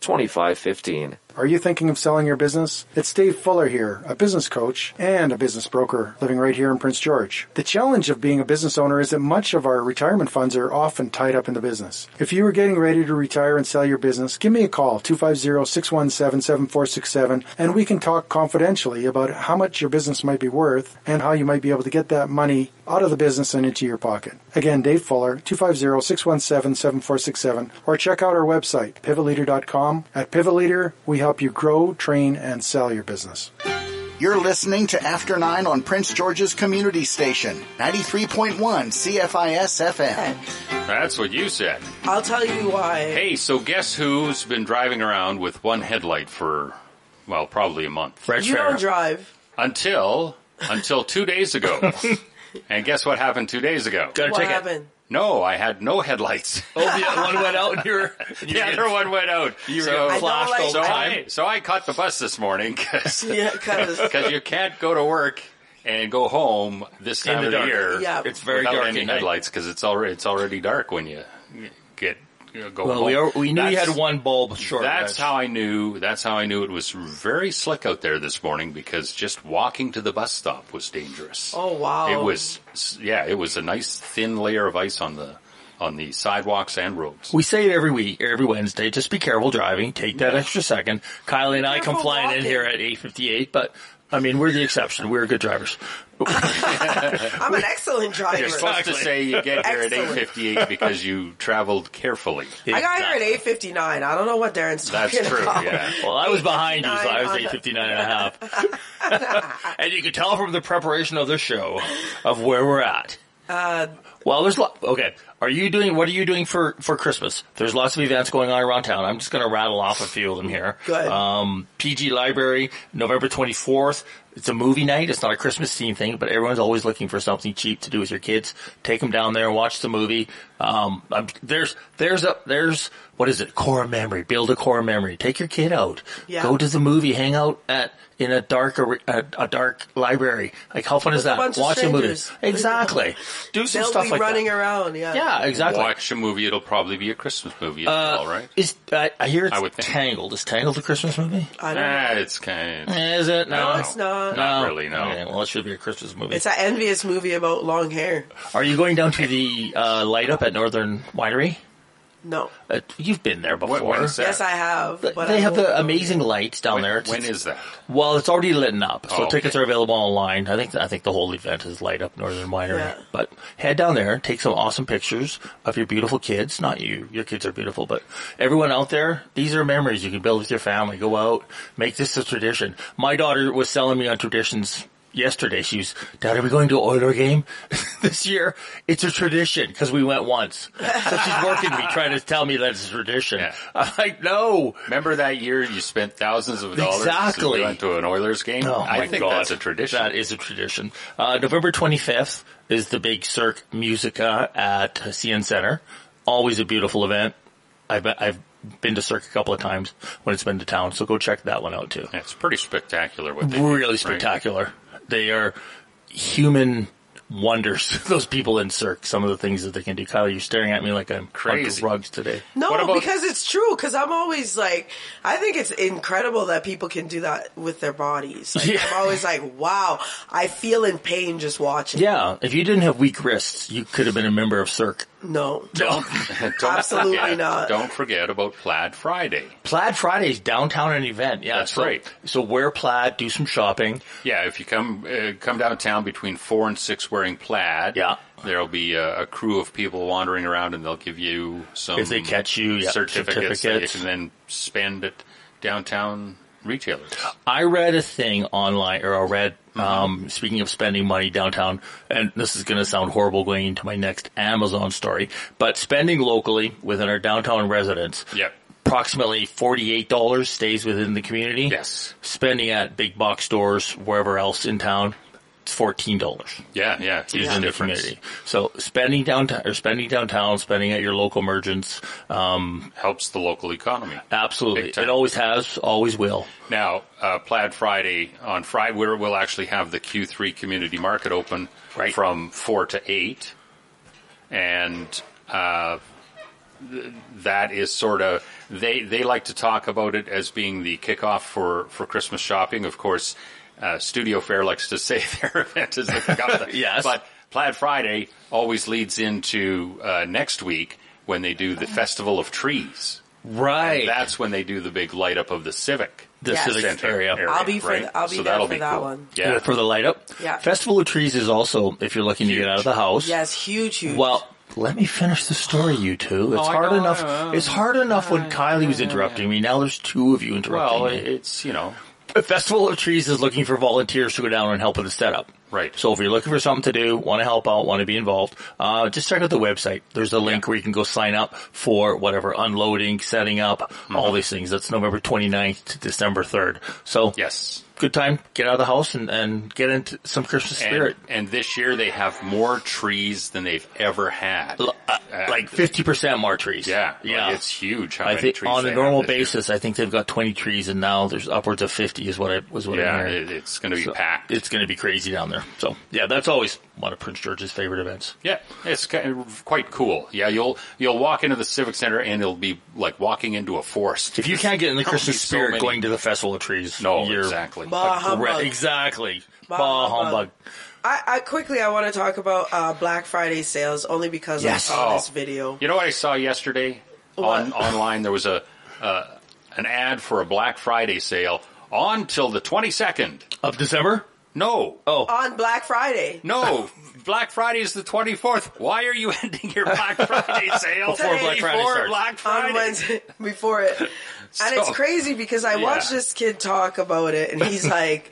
F: 250-565-2515.
J: Are you thinking of selling your business? It's Dave Fuller here, a business coach and a business broker living right here in Prince George. The challenge of being a business owner is that much of our retirement funds are often tied up in the business. If you are getting ready to retire and sell your business, give me a call, 250-617-7467, and we can talk confidentially about how much your business might be worth and how you might be able to get that money out of the business and into your pocket. Again, Dave Fuller, 250-617-7467, or check out our website, pivotleader.com. At Pivot Leader, we help you grow, train, and sell your business.
A: You're listening to After 9 on Prince George's Community Station, 93.1 CFIS FM.
C: That's what you said.
B: I'll tell you why.
C: Hey, so guess who's been driving around with one headlight for, well, probably a month
D: Fred
B: you
D: Ferrer.
B: don't drive.
C: until until two days ago. and guess what happened two days ago?
D: got a
B: What
D: ticket.
B: happened?
C: No, I had no headlights.
D: Oh, the one went out, and you're,
C: The other one went out.
D: You were
C: so,
D: getting
B: I
D: flashed
B: don't
D: all the
C: so
B: like-
D: time.
C: I, so I caught the bus this morning because
B: Yeah, because
C: you can't go to work and go home this
D: In
C: time
D: the
C: of
D: dark.
C: the year
B: Yeah.
D: It's very
C: without
D: dark
C: any
D: at night.
C: headlights because it's already it's already dark when you get uh, go
D: Well,
C: home.
D: we, are, we knew you
C: That's-
D: had one bulb short.
C: That's
D: Rich.
C: how I knew. That's how I knew it was very slick out there this morning because just walking to the bus stop was dangerous.
B: Oh, wow.
C: It was yeah, it was a nice thin layer of ice on the on the sidewalks and roads.
D: We say it every week, every Wednesday. Just be careful driving. Take that extra second. Kylie and I come
B: Careful
D: flying in
B: walking.
D: here at eight fifty-eight, but I mean we're the exception. We're good drivers.
B: I'm an excellent driver.
C: You're supposed to
D: Exactly.
C: say you get here at eight
B: Excellent.
C: fifty eight because you traveled carefully.
B: I got here at eight fifty nine. I don't know what Darren's
C: That's
B: talking
C: true,
B: about.
C: yeah.
D: Well, I was behind you, so I was
B: 8:59
D: eight fifty-nine and a half. and you can tell from the preparation of the show of where we're at. Well, there's lot. Okay, are you doing? What are you doing for for Christmas? There's lots of events going on around town. I'm just going to rattle off a few of them here.
B: Good.
D: Um, PG Library, November 24th. It's a movie night. It's not a Christmas theme thing, but everyone's always looking for something cheap to do with your kids. Take them down there and watch the movie. Um, I'm, there's there's a there's what is it? Core memory. Build a core memory. Take your kid out.
B: Yeah.
D: Go to the movie. Hang out at. In a dark, ar- a, a dark library. Like, how fun is that?
B: bunch of
D: Watch a movie.
B: strangers.
D: Exactly. Do some
B: They'll
D: stuff
B: be
D: like that.
B: running around. Yeah.
D: Yeah, exactly. Uh,
C: Watch a movie; it'll probably be a Christmas movie as well, right?
D: Is I, I hear it's
C: I would think.
D: Tangled. Is Tangled a Christmas movie?
B: I don't know.
C: Ah, it's kind of
D: Is it? No,
C: No,
B: it's not.
C: not really. No,
D: Okay, well, it should be a Christmas movie.
B: It's an envious movie about long hair.
D: Are you going down to the uh, light up at Northern Winery?
B: No.
D: Uh, you've been there before.
C: when is that?
B: Yes, I have.
D: Th-
B: But I
D: they have
B: won't
D: the
B: go.
D: amazing lights down there.
C: when,
D: It's-
C: when is that?
D: Well, it's already lit up, so
C: Oh,
D: tickets
C: okay.
D: are available online. I think I think the whole event is light up Northern Winery.
B: Yeah.
D: But head down there, take some awesome pictures of your beautiful kids. Not you, your kids are beautiful, but everyone out there. These are memories you can build with your family. Go out, make this a tradition. My daughter was selling me on traditions. Yesterday, she was, Dad, are we going to an Oiler game this year? It's a tradition because we went once. So she's working me, trying to tell me that it's a tradition.
C: Yeah.
D: I'm like, no,
C: Remember that year you spent thousands of dollars
D: Exactly.
C: and we went to an Oilers game?
D: Oh
C: I
D: my
C: think
D: God.
C: that's a tradition.
D: That is a tradition. Uh, November 25th is the big Cirque Musica at CN Center. Always a beautiful event. I've, I've been to Cirque a couple of times when it's been to town, so go check that one out too.
C: Yeah, it's pretty spectacular. What they do,
D: Really
C: right?
D: spectacular. They are human wonders. Those people in Cirque, some of the things that they can do. Kyle, you're staring at me like I'm
C: Crazy.
D: on drugs today.
B: No,
C: What about-
B: because it's true. Because I'm always like, I think it's incredible that people can do that with their bodies. Like,
D: Yeah.
B: I'm always like, wow, I feel in pain just watching.
D: Yeah, if you didn't have weak wrists, you could have been a member of Cirque.
B: No,
C: Don't, don't
B: Absolutely
C: forget,
B: not.
C: Don't forget about Plaid Friday.
D: Plaid Friday's downtown an event. Yeah,
C: That's
D: so-
C: right.
D: So wear plaid, do some shopping.
C: Yeah, if you come uh, come downtown between four and six wearing plaid,
D: Yeah.
C: there'll be a, a crew of people wandering around, and they'll give you some
D: If they catch you, yeah,
C: certificates, that you
D: certificates.
C: can then spend at downtown retailers.
D: I read a thing online, or I read, um, speaking of spending money downtown, and this is going to sound horrible going into my next Amazon story, but spending locally within our downtown residents.
C: Yep.
D: Approximately $48 stays within the community.
C: Yes.
D: Spending at big box stores, wherever else in town, it's $14.
C: Yeah, yeah, huge
D: in the
C: difference.
D: community. So spending downtown, or spending downtown, spending at your local merchants, um,
C: Helps the local economy.
D: absolutely.
C: Big time.
D: It always has, always will.
C: Now, uh, Plaid Friday on Friday, we're- we'll actually have the Q3 Community Market open
D: Right.
C: from four to eight, and uh, th- that is sort of they they like to talk about it as being the kickoff for for Christmas shopping. Of course, uh, Studio Fair likes to say their event is the kickoff,
D: Yes.
C: but Plaid Friday always leads into uh, next week when they do the Festival of Trees.
D: Right.
C: That's when they do the big light up of the Civic.
D: The
B: Yes.
D: civic
C: Center
D: area.
B: I'll be for
C: right?
B: the- I'll be
C: so
B: there
C: that'll
B: for
C: be
B: that
C: cool.
B: one.
C: Yeah.
D: for the light up.
B: Yeah.
D: Festival of Trees is also if you're looking to
C: Huge.
D: get out of the house.
B: yes, huge, huge.
D: Well, let me finish the story, you two. It's
C: Oh, I
D: hard
C: know,
D: enough.
C: I know.
D: it's hard enough when Kylie was interrupting me. Now there's two of you interrupting
C: well,
D: me.
C: it's you know,
D: The Festival of Trees is looking for volunteers to go down and help with the setup.
C: Right.
D: So if you're looking for something to do, want to help out, want to be involved, uh, just check out the website. There's a link
C: Yeah.
D: where you can go sign up for whatever unloading, setting up, all
C: Mm-hmm.
D: these things. That's November 29th to December 3rd. So
C: yes.
D: good time. Get out of the house and, and get into some Christmas
C: And,
D: spirit.
C: and this year they have more trees than they've ever had.
D: L- uh, like 50% more trees.
C: yeah,
D: Yeah.
C: Like, it's huge. How
D: I
C: many
D: think
C: trees
D: on
C: they
D: a
C: have
D: normal
C: this year.
D: basis, I think they've got 20 trees and now there's upwards of 50 is what I was what I
C: Yeah,
D: heard.
C: it, it's going to be
D: So,
C: packed.
D: It's going to be crazy down there. So yeah, that's always one of Prince George's favorite events.
C: Yeah, it's ki- quite cool. Yeah, you'll you'll walk into the civic center and it'll be like walking into a forest.
D: If you can't get in the
C: There'll
D: Christmas
C: be so
D: spirit
C: many-
D: going to the Festival of Trees,
C: no,
D: you're
C: exactly.
B: Bah
D: Correct.
B: humbug.
D: Exactly. Bah,
B: Bah
D: humbug.
B: humbug. I, I quickly I want to talk about uh, Black Friday sales only because
A: Yes.
B: I saw
C: Oh.
B: this video.
C: You know what I saw yesterday on
B: What?
C: online? There was a uh, an ad for a Black Friday sale on till the twenty second.
D: Of December?
C: No,
D: Oh.
B: On Black Friday.
C: no. Black Friday is the twenty fourth. Why are you ending your Black Friday sale
B: Before Black
C: before
D: Friday starts.
C: Black Friday?
B: on Wednesday before it. And it's
C: So-
B: crazy because I
C: Yeah.
B: watched this kid talk about it and he's like,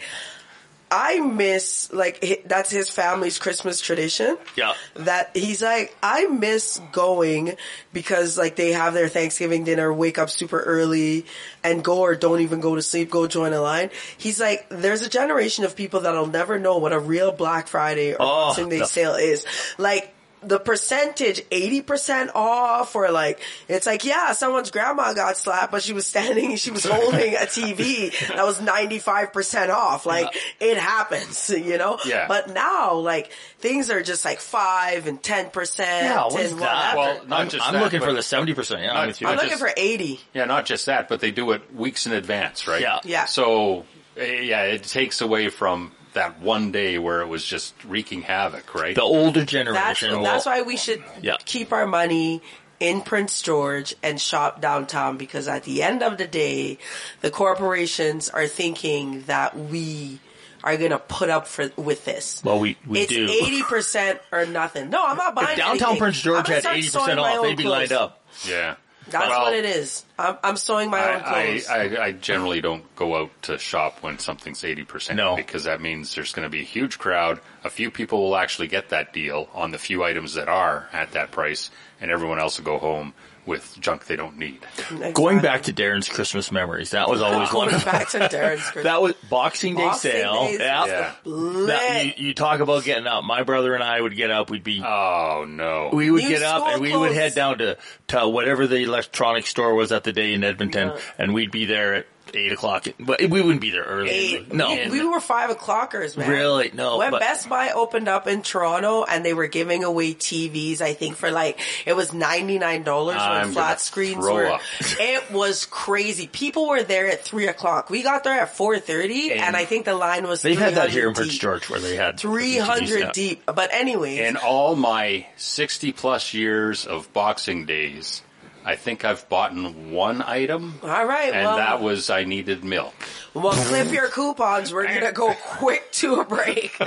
B: I miss, like, hi- that's his family's Christmas tradition.
D: Yeah.
B: That he's like, I miss going because, like, they have their Thanksgiving dinner, wake up super early and go or don't even go to sleep, go join a line. He's like, there's a generation of people that'll never know what a real Black Friday or
D: Oh,
B: Boxing Day
D: the-
B: sale is. Like, the percentage 80% off or like it's like yeah someone's grandma got slapped but she was standing she was holding a tv that was 95% off like it happens you know
C: Yeah.
B: but now like things are just like 5 and 10%
D: Yeah, what
B: and
D: is that?
B: whatever.
C: Well, not
D: I'm,
C: just
D: I'm
C: that,
D: looking
C: but-
D: for the 70%. Yeah,
C: Not-
D: I'm with you.
B: i'm
C: not
B: looking
C: just-
B: for 80
C: Yeah, not just that, but they do it weeks in advance, right?
D: Yeah.
B: Yeah.
C: So, eh, yeah, it takes away from that one day where it was just wreaking havoc, right?
D: the older
B: that's,
D: generation. will-
B: that's why we should
D: Yeah.
B: keep our money in Prince George and shop downtown because at the end of the day, the corporations are thinking that we are going to put up for with this.
D: Well, we- we
B: it's
D: do.
B: eighty percent or nothing. No, I'm not buying
D: if downtown
B: anything.
D: Prince George
B: I'm gonna
D: had
B: start
D: 80%
B: sewing my
D: off,
B: own
D: they'd be
B: clothes.
D: lined up.
C: yeah.
B: That's
C: Well,
B: what it is. I'm, I'm sewing my own
C: I,
B: clothes.
C: I, I, I generally don't go out to shop when something's 80%
D: No.
C: because that means there's going to be a huge crowd. A few people will actually get that deal on the few items that are at that price and everyone else will go home with junk they don't need.
B: Exactly.
D: Going back to Darren's Christmas memories, that was always
B: Going
D: one of
B: back to Darren's Christmas.
D: That was Boxing Day
B: Boxing
D: sale.
B: Day's
D: yeah.
C: Yeah.
D: That, you,
B: lit.
D: you talk about getting up. My brother and I would get up. We'd be
C: Oh no.
D: we would
B: New
D: get up
B: school
D: and we would
B: clothes.
D: head down to to whatever the electronic store was at the day in Edmonton,
B: Yeah.
D: and we'd be there at eight o'clock. But we wouldn't be there early.
B: Eight.
D: No,
B: we, we were five o'clockers, man.
D: Really? No,
B: When
D: but-
B: Best Buy opened up in Toronto and they were giving away TVs, I think for like it was ninety nine dollars
C: I'm
B: when
C: gonna
B: flat screens
C: throw
B: were.
C: up.
B: It was crazy. People were there at three o'clock. We got there at four thirty, and, I think the line was
D: they've had that
B: 300
D: here in Prince
B: deep.
D: George where they had
B: Three
D: Yeah.
B: hundred deep. But anyways,
C: In all my 60 plus years of boxing days, I think I've bought one item.
B: All right,
C: And
B: well-
C: that was I needed milk.
B: well, clip your coupons. We're gonna go quick to a break.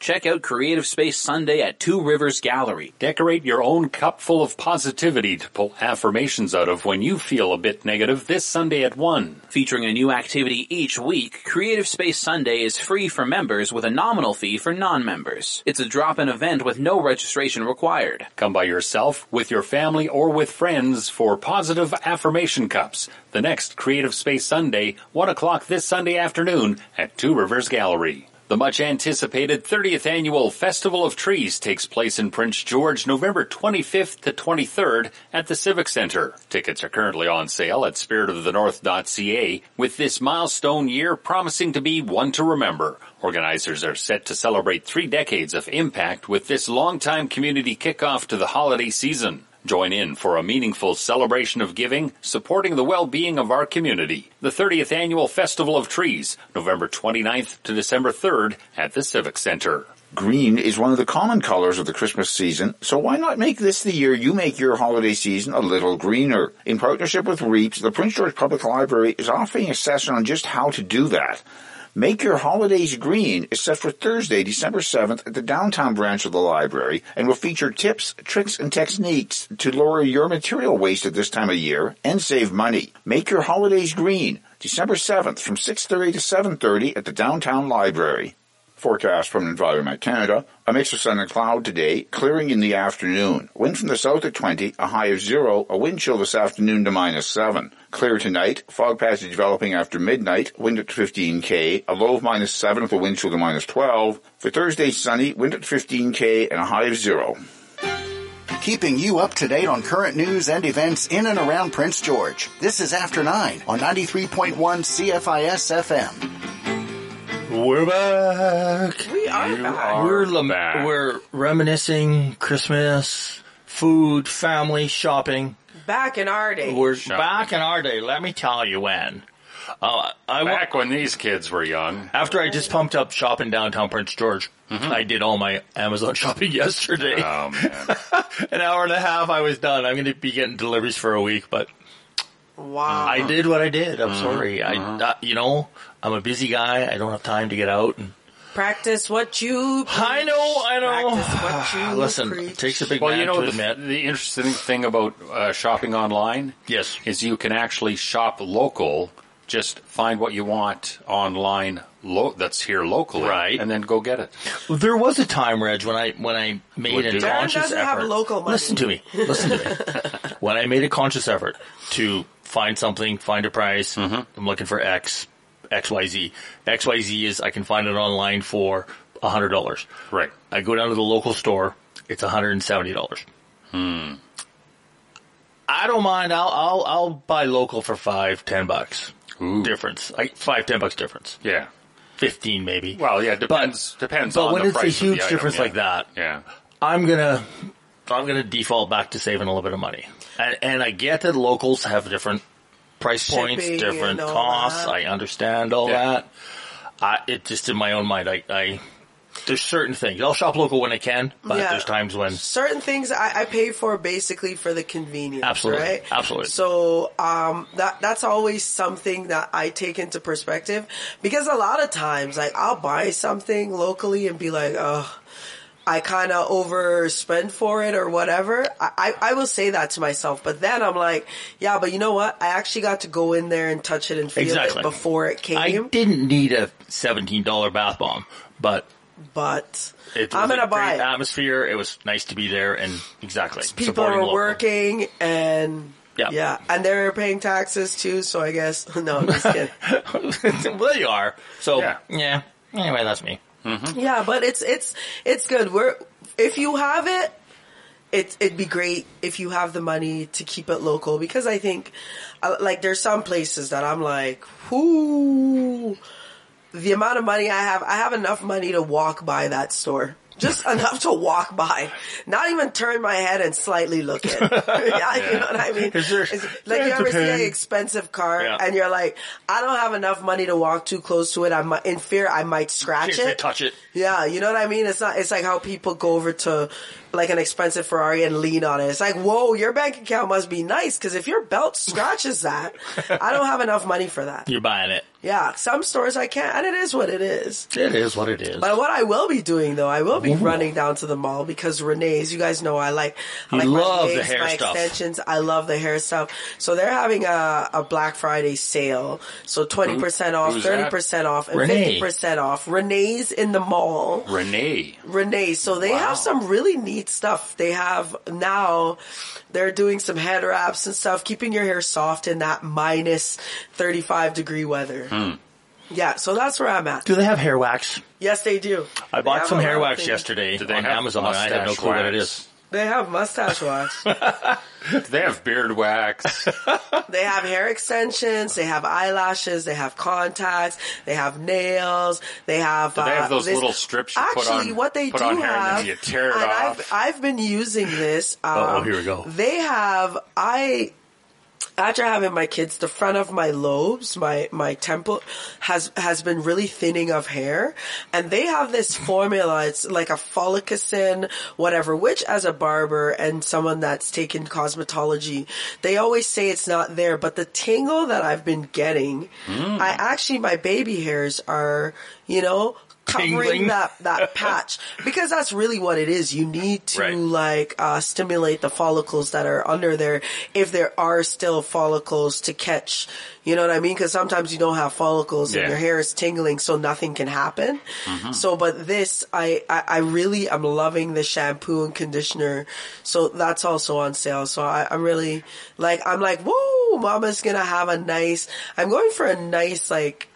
K: Check out Creative Space Sunday at Two Rivers Gallery.
C: Decorate your own cup full of positivity to pull affirmations out of when you feel a bit negative this Sunday at 1.
K: Featuring a new activity each week, Creative Space Sunday is free for members with a nominal fee for non-members. It's a drop-in event with no registration required.
C: Come by yourself, with your family, or with friends for positive affirmation cups. The next Creative Space Sunday, 1 o'clock this Sunday afternoon at Two Rivers Gallery. The much anticipated 30th annual Festival of Trees takes place in Prince George November 25th to 23rd at the Civic Center. Tickets are currently on sale at spiritofthenorth.ca with this milestone year promising to be one to remember. Organizers are set to celebrate three decades of impact with this longtime community kickoff to the holiday season. Join in for a meaningful celebration of giving, supporting the well-being of our community. The 30th Annual Festival of Trees, November 29th to December 3rd at the Civic Center.
G: Green is one of the common colors of the Christmas season, so why not make this the year you make your holiday season a little greener? In partnership with REAPS, the Prince George Public Library is offering a session on just how to do that. Make Your Holidays Green is set for Thursday, December 7th at the downtown branch of the library and will feature tips, tricks, and techniques to lower your material waste at this time of year and save money. Make Your Holidays Green, December 7th from 6.30 to 7.30 at the downtown library. Forecast from Environment Canada. A mix of sun and cloud today, clearing in the afternoon. Wind from the south at 20, a high of 0, a wind chill this afternoon to minus 7. Clear tonight, fog passage developing after midnight, wind at 15k, a low of minus 7 with a wind chill to minus 12. For Thursday, sunny, wind at 15k and a high of 0.
A: Keeping you up to date on current news and events in and around Prince George. This is After 9 on 93.1 CFIS FM.
D: We're back.
B: We are back.
D: We're lem-
C: back.
D: we're reminiscing Christmas, food, family, shopping.
B: Back in our day.
D: We're back in our day. Let me tell you when. Uh, I wa-
C: Back when these kids were young. Mm-hmm.
D: after I just pumped up shopping downtown Prince George. I did all my Amazon shopping yesterday.
C: Oh man.
D: An hour and a half, I was done. I'm going to be getting deliveries for a week, but
B: wow.
D: I did what I did.
C: Mm-hmm.
D: I'm sorry. I, uh, you know, I'm a busy guy. I don't have time to get out. And
B: Practice what you.
D: I know, I
B: Practice what
D: know.
B: you
D: Listen,
B: preach.
D: it takes a big
C: Well,
D: man
C: you know
D: to
C: the,
D: admit.
C: the interesting thing about uh, shopping online
D: yes,
C: is you can actually shop local. Just find what you want online lo- that's here locally,
D: Right.
C: And then go get it.
D: There was a time, Reg, when I when I made
C: Would
D: a
C: do.
B: Darren
D: conscious
B: doesn't have
D: effort.
B: local money.
D: Listen to me. Listen to me. when I made a conscious effort to find something, find a price,
C: Mm-hmm.
D: I'm looking for X, XYZ. XYZ is I can find it online for hundred dollars.
C: Right.
D: I go down to the local store. It's hundred and seventy dollars. Hmm. I don't mind. I'll I'll I'll buy local for five ten bucks
C: Ooh.
D: difference. I, five ten bucks difference.
C: Yeah.
D: Fifteen maybe.
C: Well, yeah, depends. depends
D: but
C: on
D: when
C: the
D: it's a
C: price of the
D: huge
C: item,
D: difference
C: yeah.
D: like that,
C: Yeah.
D: I'm gonna I'm gonna default back to saving a little bit of money. And, and I get that locals have different price points,
B: Shipping
D: different
B: and all
D: costs.
B: that.
D: I understand all
C: Yeah.
D: that. I it just in my own mind. I, I there's certain things. I'll shop local when I can, but
B: Yeah.
D: there's times when
B: certain things I, I pay for basically for the convenience.
D: Absolutely.
B: Right?
D: Absolutely.
B: So um, that that's always something that I take into perspective because a lot of times, like I'll buy something locally and be like, oh. I kind of overspend for it or whatever. I, I, I will say that to myself, but then I'm like, yeah, but you know what? I actually got to go in there and touch it and feel
D: Exactly.
B: it before it came.
D: I didn't need a seventeen dollar bath bomb, but
B: but
D: it was
B: I'm gonna
D: a
B: buy
D: great
B: it.
D: atmosphere. It was nice to be there, and exactly
B: people
D: supporting
B: are
D: local.
B: working and
D: Yeah.
B: yeah, and they're paying taxes too. So I guess no, I'm just kidding.
D: well, you are. So
C: Yeah. Mm-hmm.
D: yeah. Anyway, that's me.
B: yeah, but it's it's it's good. We're if you have it, it it'd be great if you have the money to keep it local because I think uh, like there's some places that I'm like, whoo, the amount of money I have, I have enough money to walk by that store. Just enough to walk by, not even turn my head and slightly look at. yeah, you know what I mean.
D: Is there-
B: It's- like
D: I
B: you
D: have to
B: ever see an
D: pay.
B: expensive car
D: Yeah.
B: and you're like, I don't have enough money to walk too close to it. I'm in fear I might scratch
D: If they
B: it.
D: touch it.
B: Yeah, you know what I mean? It's not it's like how people go over to like an expensive Ferrari and lean on it. It's like, "Whoa, your bank account must be nice cuz if your belt scratches that, I don't have enough money for that."
D: You're buying it.
B: Yeah, some stores I can't, and it is what it is.
D: It is what it is.
B: But what I will be doing though, I will be running down to the mall because Renee's. You guys know I like. I
D: You
B: like my
D: love the
B: wigs,
D: hair
B: my
D: stuff.
B: extensions. I love the hair stuff. So they're having a, a Black Friday sale. So twenty percent off,
C: who's
B: thirty
C: that?
B: percent off, and
D: Renee.
B: fifty percent off. Renee's in the mall.
C: Renee.
B: Renee. So they have some really neat stuff. They have now, they're doing some head wraps and stuff, keeping your hair soft in that minus 35 degree weather. Yeah, so that's where I'm at.
D: Hmm. do they have hair wax?
B: Yes, they do.
D: I
B: They
D: bought
B: have
D: some
B: a
D: hair
B: lot of
D: wax
B: things.
D: yesterday
C: Do they
D: on
C: have
D: Amazon. I have no
C: mustache
D: clue what it
C: wax?
D: is.
B: They have mustache wax.
C: Do they have beard wax?
B: they have hair extensions. They have eyelashes. They have contacts. They have nails. They have.
C: Do they have
B: uh,
C: those
B: this-
C: little strips you put
B: Actually,
C: on-
B: what they
C: put
B: do
C: on hair and then
B: have,
C: you tear it
B: and
C: off?
B: I've, I've been using this. Um,
D: Uh-oh, here we go.
B: They have. I after having my kids, the front of my lobes, my my temple has has been really thinning of hair, and they have this formula. It's like a follicin, whatever. Which, as a barber and someone that's taken cosmetology, they always say it's not there. But the tingle that I've been getting,
D: Mm.
B: I actually my baby hairs are, you know. Covering
D: Tingling.
B: that, that patch because that's really what it is. You need to
D: Right.
B: like uh, stimulate the follicles that are under there if there are still follicles to catch. You know what I mean? Because sometimes you don't have follicles
C: Yeah.
B: and your hair is tingling, so nothing can happen.
C: Mm-hmm.
B: So, but this, I, I, I really am loving the shampoo and conditioner. So that's also on sale. So I, I'm really like, I'm like, whoa, mama's gonna have a nice, I'm going for a nice, like,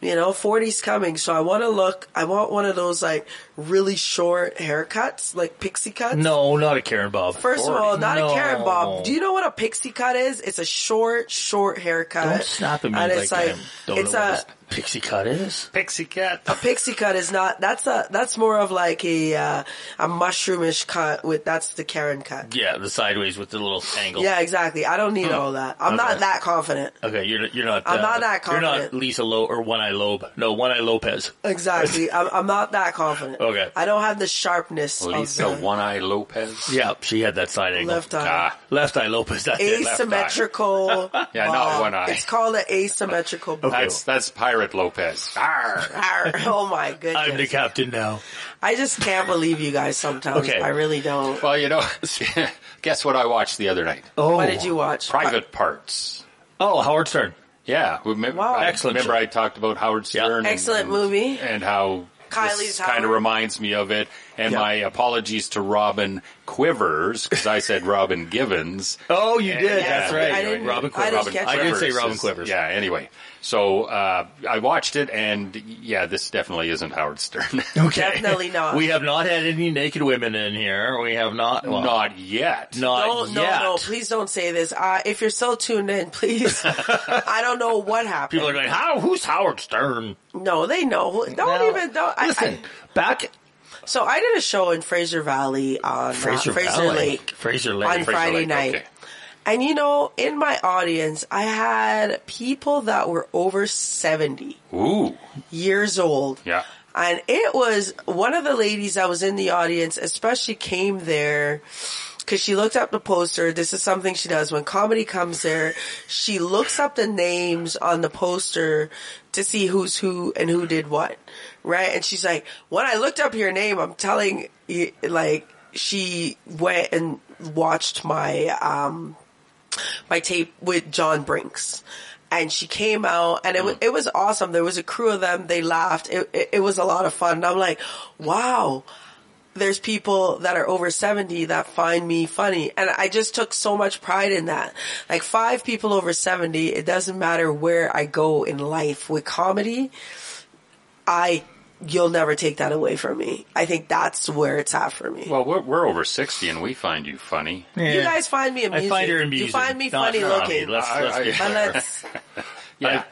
B: you know, 40's coming, so I want to look, I want one of those like really short haircuts, like pixie cuts.
D: No, not a Karen Bob.
B: First of all, not
D: No.
B: a Karen Bob. Do you know what a pixie cut is? It's a short, short haircut.
D: Don't snap at me
B: And it's
D: like I
B: like,
D: don't
B: it's
D: know what
B: a,
D: this- Pixie cut is.
C: Pixie cat.
B: A pixie cut is not. That's a. That's more of like a uh, a mushroomish cut with. That's the Karen cut.
D: Yeah, the sideways with the little angle.
B: Yeah, exactly. I don't
C: Hmm.
B: need all that. I'm not
D: Okay.
B: that confident.
D: Okay, you're you're not.
B: I'm
D: uh,
B: not that
D: You're
B: confident.
D: not Lisa Lowe or One Eye Lobe. No, One Eye Lopez.
B: Exactly. I'm, I'm not
C: Oh.
B: that confident.
D: Okay.
B: I don't have the sharpness.
C: Lisa
B: of the
C: One Eye Lopez.
D: Yeah, she had that side angle.
B: Left eye.
D: Ah, left eye Lopez. That's it. Left eye.
B: Asymmetrical.
C: Yeah, not
B: bob.
C: one eye.
B: It's called an asymmetrical. bob.
C: That's that's Pirate Lopez. Arr.
B: Arr, oh my goodness.
D: I'm the captain now.
B: I just can't believe you guys sometimes.
D: Okay.
B: I really don't.
C: Well, you know, guess what I watched the other night?
D: Oh,
B: What did you watch?
C: Private Parts.
D: Oh, Howard Stern.
C: Yeah, remember,
B: Wow.
C: I-
D: Excellent
C: Remember,
D: show.
C: I talked about Howard
D: Yeah.
C: Stern. and-
B: Excellent
C: and-
B: movie.
C: and how
B: Kylie's
C: kind of
B: Howard.
C: reminds me of it. And
D: Yeah.
C: my apologies to Robin Quivers because I said Robin Givens. uh,
D: Oh, you
C: Yeah,
D: did. That's
C: yeah,
D: right.
B: I didn't-
D: Robin
B: I
D: Quivers.
B: didn't catch
D: I
B: it.
D: did say Robin
C: is-
D: Quivers.
C: Yeah. Anyway, so uh, I watched it, and yeah, this definitely isn't Howard Stern.
D: Okay.
B: Definitely not.
D: We have not had any naked women in here. We have not. Well,
C: Not yet.
D: Not
B: Don't, no,
D: yet.
B: no, please don't say this. Uh, if you're still tuned in, please. I don't know what happened.
D: People are going, how? Who's Howard Stern?
B: no, they know. Don't
D: Now,
B: even, don't. I-
D: Listen,
B: I,
D: back
B: So I did a show in Fraser Valley on uh,
D: Fraser
B: Fraser,
D: Valley.
B: Lake,
D: Fraser Lake.
B: on
D: Fraser
B: Friday
C: Lake,
B: night.
C: okay.
B: And you know, in my audience, I had people that were over 70
C: Ooh.
B: years old.
C: Yeah.
B: And it was one of the ladies that was in the audience, especially came there because she looked up the poster. This is something she does when comedy comes there. She looks up the names on the poster to see who's who and who did what. Right. And she's like, when I looked up your name, I'm telling you, like, she went and watched my, um, my tape with John Brinks. And she came out and it
C: Mm.
B: was, it was awesome. There was a crew of them. They laughed. It, it, it was a lot of fun. And I'm like, wow, there's people that are over 70 that find me funny. And I just took so much pride in that. Like five people over 70, it doesn't matter where I go in life with comedy. I, you'll never take that away from me. I think that's where it's at for me.
C: Well, we're, we're over sixty, and we find you funny.
B: you guys find me
D: I
B: amusing.
D: find her amusing.
B: You find me
D: Not
B: funny
D: not
B: looking.
D: me. Let's,
C: I-
D: let's
C: I-
D: be
B: and
D: clear.
B: let's,
C: Yeah,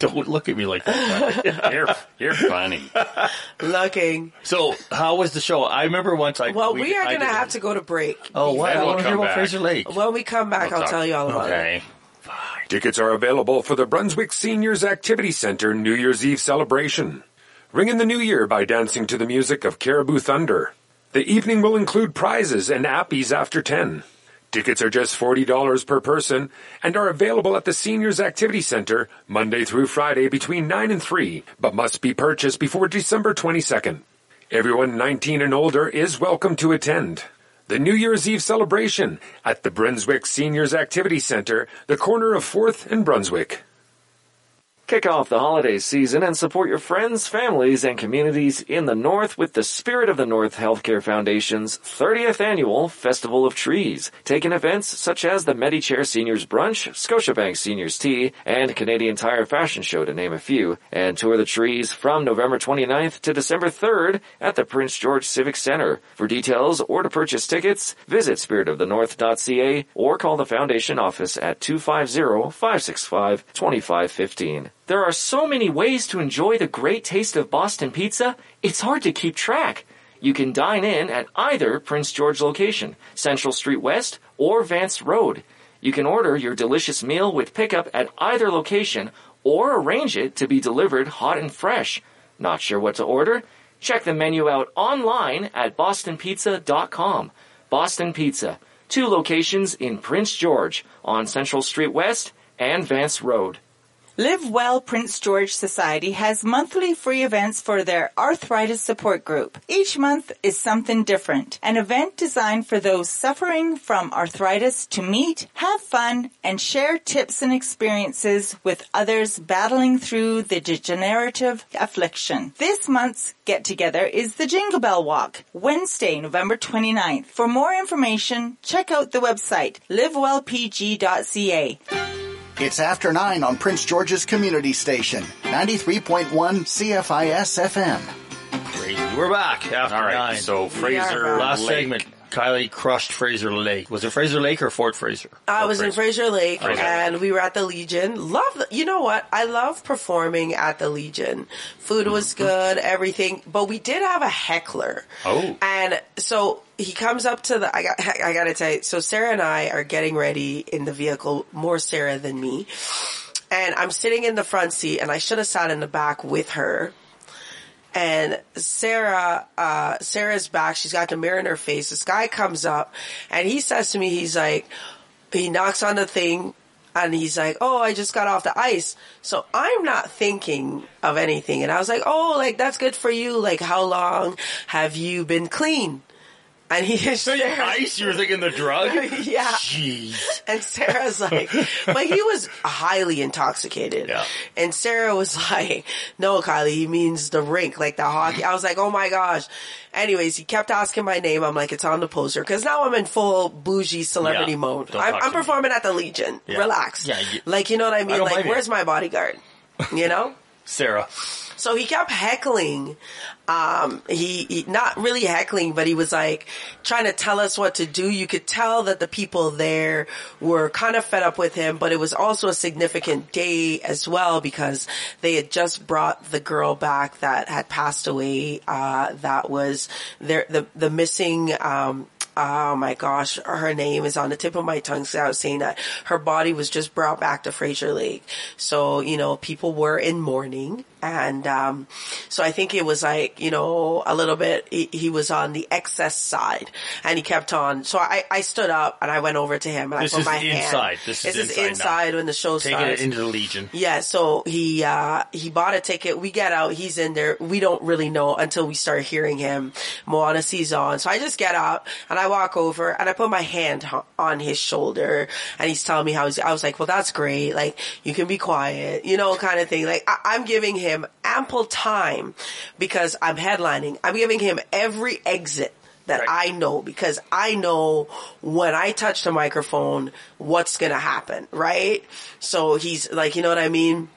D: Don't look at me like that.
C: you're you're funny.
B: looking.
D: so, how was the show? I remember once I.
B: Well, we, are
D: I
B: going to
D: did-
B: have to go to break.
D: Oh, wow.
C: Then
D: I
C: we'll
D: want to hear
C: come
D: about
C: back.
D: Fraser Lake.
B: When we come back,
C: We'll
B: I'll
C: talk.
B: tell you all about it.
D: Okay.
H: Tickets are available for the Brunswick Seniors Activity Center New Year's Eve celebration. Ring in the new year by dancing to the music of Caribou Thunder. The evening will include prizes and appies after 10. Tickets are just $40 per person and are available at the Seniors Activity Center Monday through Friday between 9 and 3, but must be purchased before December 22nd. Everyone 19 and older is welcome to attend. The New Year's Eve celebration at the Brunswick Seniors Activity Center, the corner of 4th and Brunswick.
F: Kick off the holiday season and support your friends, families, and communities in the North with the Spirit of the North Healthcare Foundation's 30th annual Festival of Trees, taking events such as the MediChair Seniors Brunch, Scotiabank Seniors Tea, and Canadian Tire Fashion Show to name a few, and tour the trees from November 29th to December 3rd at the Prince George Civic Center. For details or to purchase tickets, visit spiritofthenorth.ca or call the foundation office at 250-565-2515. There are so many ways to enjoy the great taste of Boston pizza, it's hard to keep track. You can dine in at either Prince George location, Central Street West or Vance Road. You can order your delicious meal with pickup at either location or arrange it to be delivered hot and fresh. Not sure what to order? Check the menu out online at bostonpizza.com. Boston Pizza, two locations in Prince George on Central Street West and Vance Road.
L: Live Well Prince George Society has monthly free events for their arthritis support group. Each month is something different. An event designed for those suffering from arthritis to meet, have fun, and share tips and experiences with others battling through the degenerative affliction. This month's get together is the Jingle Bell Walk, Wednesday, November 29th. For more information, check out the website livewellpg.ca.
A: It's after 9 on Prince George's Community Station, 93.1 CFIS FM.
D: Crazy. We're back after
C: All right,
D: nine.
C: so Fraser
B: back.
D: Last
C: Lake.
D: segment. Kylie crushed Fraser Lake. Was it Fraser Lake or Fort Fraser?
B: I
D: Fort
B: was in Fraser Lake
D: Fraser.
B: and we were at the Legion. Love, the, you know what? I love performing at the Legion. Food was good, everything, but we did have a heckler.
C: Oh.
B: And so he comes up to the, I got, I gotta tell you, so Sarah and I are getting ready in the vehicle, more Sarah than me. And I'm sitting in the front seat and I should have sat in the back with her. And Sarah, uh, Sarah's back. She's got the mirror in her face. This guy comes up and he says to me, he's like, he knocks on the thing and he's like, Oh, I just got off the ice. So I'm not thinking of anything. And I was like, Oh, like that's good for you. Like, how long have you been clean? And he is
D: So you ice? You were thinking the drug?
B: yeah.
D: Jeez.
B: And Sarah's like, but he was highly intoxicated.
D: Yeah.
B: And Sarah was like, no, Kylie, he means the rink, like the hockey. I was like, oh my gosh. Anyways, he kept asking my name. I'm like, it's on the poster. Cause now I'm in full bougie celebrity
D: Yeah.
B: mode.
D: Don't
B: I'm,
D: talk
B: I'm
D: to me.
B: performing at the Legion.
D: Yeah.
B: Relax.
D: Yeah, you-
B: like, you know what I mean?
D: don't
B: like,
D: blame you.
B: where's my bodyguard? You know?
D: Sarah.
B: So he kept heckling. Um, he, he not really heckling, but he was like trying to tell us what to do. You could tell that the people there were kind of fed up with him, but it was also a significant day as well because they had just brought the girl back that had passed away. Uh, that was their the the missing. Um, Oh my gosh, her name is on the tip of my tongue. So I was saying that her body was just brought back to Fraser Lake. So, you know, people were in mourning. And, um, so I think it was like, you know, a little bit, he, he was on the excess side and he kept on. So I, I stood up and I went over to him and
D: This
B: I put
D: is
B: my hand.
D: inside. This is inside now.
B: inside when the show
D: Taking
B: starts.
D: it into the Legion.
B: Yeah, so he uh he bought a ticket. We get out, he's in there. We don't really know until we start hearing him. Moana sees on. So I just get up and I walk over and I put my hand ho- on his shoulder and he's telling me how he's I was like, "Well, that's great. Like, you can be quiet." You know, kind of thing. Like I, I'm giving him ample time because I'm headlining. I'm giving him every exit that I know because I know when I touch the microphone, what's going to happen, right? So he's like, you know what I mean?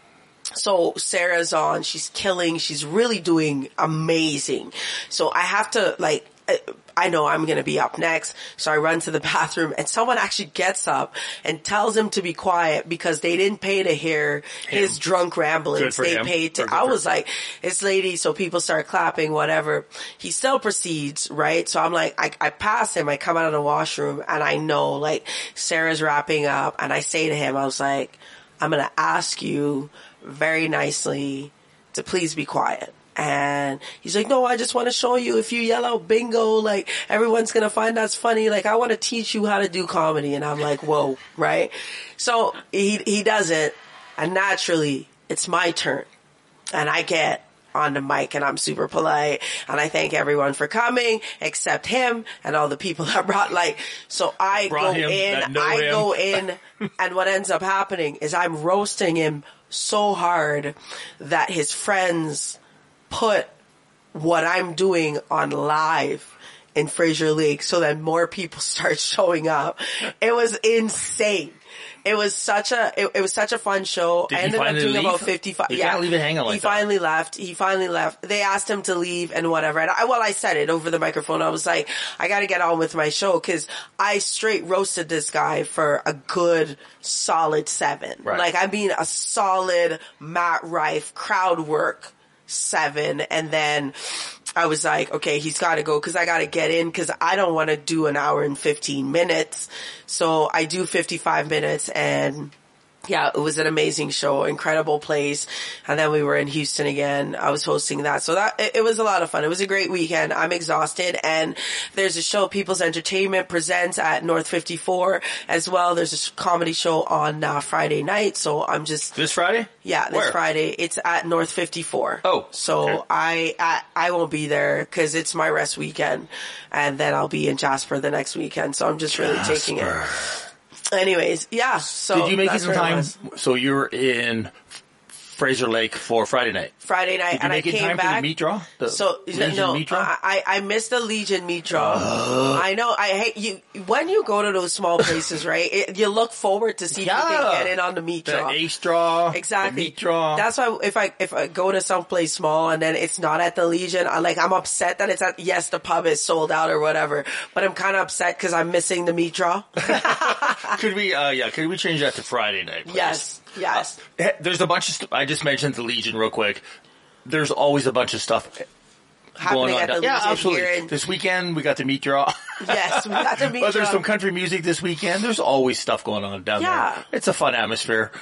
B: So Sarah's on, she's killing, she's really doing amazing. So I have to like, I- I know I'm gonna be up next, so I run to the bathroom and someone actually gets up and tells him to be quiet because they didn't pay to hear his drunk
D: Good
B: ramblings.
D: for
B: They
D: him.
B: paid to,
D: Good for
B: I
D: her.
B: was like, it's lady, so people start clapping, whatever. He still proceeds, right? So I'm like, I, I pass him, I come out of the washroom and I know like Sarah's wrapping up and I say to him, I was like, I'm going to ask you very nicely to please be quiet. And he's like, no, I just want to show you if you yell out bingo, like everyone's going to find that's funny. Like I want to teach you how to do comedy. And I'm like, whoa, right? So he, he does it. And naturally it's my turn and I get on the mic and I'm super polite and I thank everyone for coming except him and all the people that brought like so I
D: Brought
B: go
D: him, that
B: in
D: know
B: I
D: him.
B: go in and what ends up happening is I'm roasting him so hard that his friends put what I'm doing on live in Fraser Lake so that more people start showing up. It was insane. It was such a it, it was such a fun show.
D: Did
B: I
D: he
B: ended up
D: finally
B: doing
D: leave?
B: about fifty five.
D: You
B: yeah,
D: can't leave it hanging like
B: he
D: that.
B: finally left. He finally left. They asked him to leave and whatever. And I, well, I said it over the microphone. I was like, I got to get on with my show because I straight roasted this guy for a good solid seven.
D: Right.
B: Like I mean, a solid Matt Rife crowd work seven and then I was like, okay, he's got to go because I got to get in because I don't want to do an hour and 15 minutes. So I do 55 minutes and yeah, it was an amazing show, incredible place. And then we were in Houston again. I was hosting that. So that, it, it was a lot of fun. It was a great weekend. I'm exhausted and there's a show People's Entertainment presents at North 54 as well. There's a sh- comedy show on uh, Friday night. So I'm just
D: This Friday?
B: yeah, this
D: Where?
B: Friday. It's at North 54.
D: Oh,
B: So
D: okay.
B: I, I I won't be there because it's my rest weekend. And then I'll be in Jasper the next weekend. So I'm just really taking it. Anyways, yeah. So
D: Did you make it
B: that's
D: in
B: where
D: time?
B: was.
D: So you were in Fraser Lake for Friday night.
B: Friday
D: Did you
B: night, and
D: make
B: I
D: it in
B: came
D: time for the
B: back.
D: meat draw? The
B: so
D: Legion
B: no,
D: meat draw?
B: I I I missed the Legion meat draw.
D: Ugh.
B: I know. I hate you when you go to those small places, right? It, you look forward to see if you can
D: Yeah.
B: get in on the meat
D: The
B: draw,
D: ace draw,
B: exactly.
D: the meat draw.
B: That's why if I if I go to someplace small and then it's not at the Legion, I like I'm upset that it's at. Yes, the pub is sold out or whatever, but I'm kind of upset because I'm missing the meat draw.
D: could we? Uh, yeah, could we change that to Friday night? please?
B: Yes, yes.
D: Eh, There's a bunch of. St- I just mentioned the Legion real quick. There's always a bunch of stuff
B: Happening
D: going on.
B: at the
D: down-
B: Legion
D: yeah, absolutely.
B: here in-
D: this weekend we got the meat draw.
B: yes, we got the meat
D: but
B: draw.
D: there's some country music this weekend. There's always stuff going on down
B: Yeah.
D: there. It's a fun atmosphere.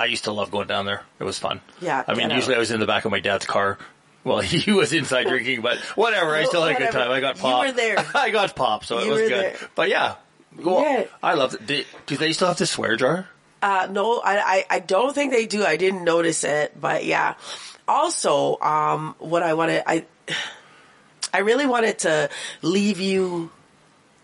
D: I used to love going down there. It was fun.
B: Yeah,
D: I mean,
B: get
D: usually I
B: out.
D: was in the back of my dad's car. Well, he was inside drinking, but whatever. I still had a good
B: Whatever.
D: time. I got
B: You
D: pop.
B: were there.
D: I got pop, so it
B: You
D: was
B: were
D: good.
B: there.
D: But yeah, well,
B: Yeah.
D: I love it. Did- Do they still have the swear jar?
B: Uh, no, I, I, I don't think they do. I didn't notice it, but yeah. Also, um, what I wanted, I, I really wanted to leave you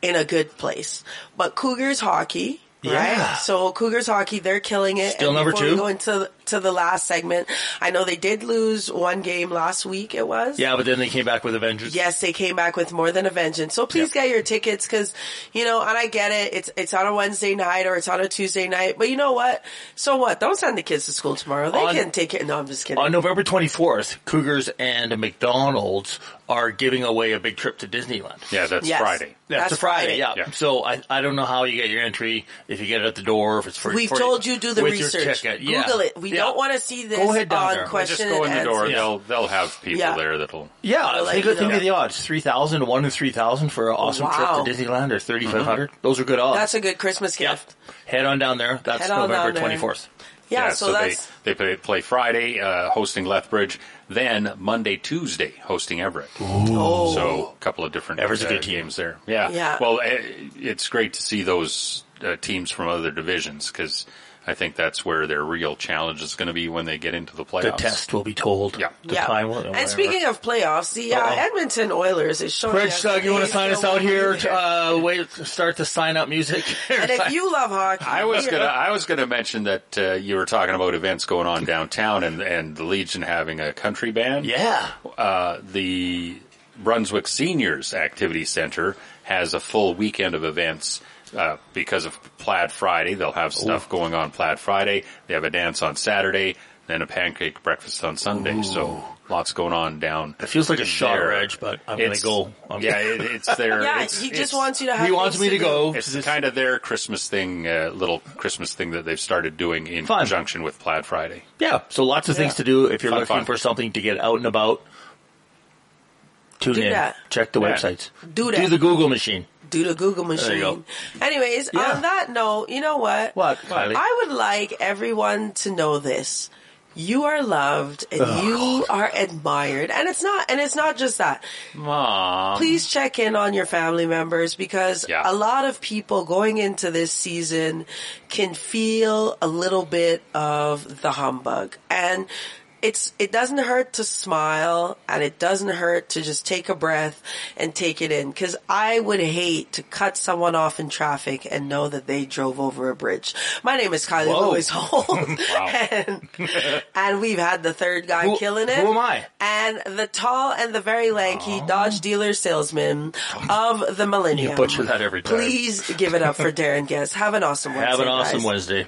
B: in a good place, but Cougars hockey,
D: Yeah.
B: right? So Cougars hockey, they're killing it.
D: Still
B: And
D: number
B: before
D: two?
B: We go into to the last segment. I know they did lose one game last week. It was
D: Yeah, but then they came back with a vengeance.
B: Yes, they came back with more than a vengeance. So please get your tickets because, you know, and I get it. It's, it's on a Wednesday night or it's on a Tuesday night, but you know what? So what? Don't send the kids to school tomorrow. They
D: On-
B: can take it. No, I'm just kidding.
D: On November 24th, Cougars and McDonald's are giving away a big trip to Disneyland.
C: Yeah, that's
B: Yes.
C: Friday.
D: That's,
B: That's
D: a Friday,
B: Friday.
D: yeah.
C: Yeah.
D: So I, I don't know how you get your entry, if you get it at the door, if it's for
B: We've
D: for-
B: told you do the
D: with Your
B: research.
D: ticket. Yeah.
B: Google it. We
D: Yeah.
B: don't want to see this
D: Go ahead down
B: on
D: there. We'll
C: Well,
B: question
C: just go in
B: and
C: the door.
B: answer.
C: They'll they'll have people
B: Yeah.
C: there that'll.
D: Yeah,
B: I'll let
D: think,
B: you
D: think
B: know.
D: of the odds. 3,000, 1 in 3,000 for an awesome
B: Wow. Mm-hmm.
D: trip to Disneyland or 3,500. Those are good odds.
B: That's a good Christmas
D: Yep.
B: gift.
D: Head on down there. That's
B: Head on
D: November
B: down there.
D: 24th.
B: Yeah. so, that's,
C: they they play, play Friday uh, hosting Lethbridge, then Monday Tuesday hosting Everett.
B: oh,
C: So a couple of different
D: Everett's a
C: uh,
D: good team.
C: games there. Yeah.
B: Yeah.
C: Well, eh, it's great to see those uh, teams from other divisions because I think that's where their real challenge is going to be when they get into the playoffs.
D: The test will be told.
C: Yeah.
D: The
B: yeah.
D: time will whatever.
B: and speaking of playoffs, the uh,
D: Uh-oh.
B: Edmonton Oilers is showing.
D: Rich,
B: us
D: uh, you want
B: they
D: to sign us
B: still
D: out
B: wanna be
D: here?
B: there.
D: Uh, wait, start the sign up music.
B: and if you love hockey,
C: I was
B: you
C: gonna.
B: know-
C: I was gonna mention that uh, you were talking about events going on downtown and and the Legion having a country band.
D: yeah.
C: Uh, the Brunswick Seniors Activity Center has a full weekend of events uh, because of Plaid Friday. They'll have stuff going on Plaid Friday. They have a dance on Saturday, then a pancake breakfast on Sunday. So lots going on down.
D: It feels like a shot,
C: there.
D: Reg, but I'm going
C: It's-
D: to go. I'm
C: yeah, it, it's their.
B: Yeah,
C: it's-
B: he
C: it's-
B: just wants you to have.
D: he wants
B: things
D: me to
B: do.
D: go.
C: it's kind of their Christmas thing, uh, little Christmas thing that they've started doing in
D: Fun.
C: conjunction with Plaid Friday.
D: Yeah, so lots of things to do if you're
C: Fun,
D: looking
C: fun.
D: for something to get out and about. Tune
B: Do
D: in,
B: that.
D: check the
C: Yeah.
D: websites,
B: Do that.
D: do the Google machine.
B: do the Google machine.
D: you go.
B: Anyways,
D: Yeah.
B: on that note, you know what?
D: What, Kylie?
B: I would like everyone to know this. You are loved and you are admired. And it's not and it's not just that.
C: Mom.
B: Please check in on your family members because
C: Yeah.
B: a lot of people going into this season can feel a little bit of the humbug. And it's it doesn't hurt to smile and it doesn't hurt to just take a breath and take it in cuz I would hate to cut someone off in traffic and know that they drove over a bridge. My name is Kylie
D: Whoa.
B: Lewis Holt. and, and we've had the third guy
D: Who-
B: killing it.
D: who am I?
B: And the tall and the very lanky Dodge dealer salesman of the millennium.
D: You butcher that every time.
B: Please give it up for Darren Guess. Have an awesome Wednesday.
D: Have an awesome
B: guys.
D: Wednesday.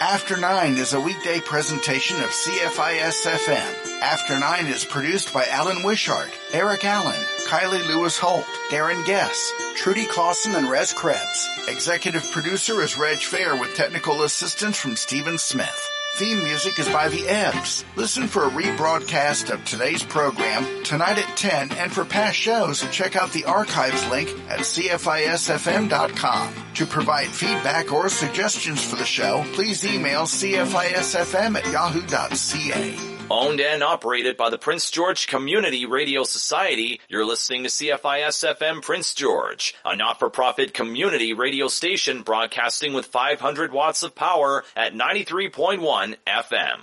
A: After Nine is a weekday presentation of CFIS FM. After Nine is produced by Alan Wishart, Eric Allen, Kylie Lewis Holt, Darren Guess, Trudy Clausen, and Rez Krebs. Executive producer is Reg Fair with technical assistance from Stephen Smith. Theme music is by The Ebbs. Listen for a rebroadcast of today's program tonight at 10 and for past shows, check out the archives link at CFISFM.com. To provide feedback or suggestions for the show, please email CFISFM at yahoo.ca.
M: Owned and operated by the Prince George Community Radio Society, you're listening to CFIS FM Prince George, a not-for-profit community radio station broadcasting with 500 watts of power at 93.1 FM.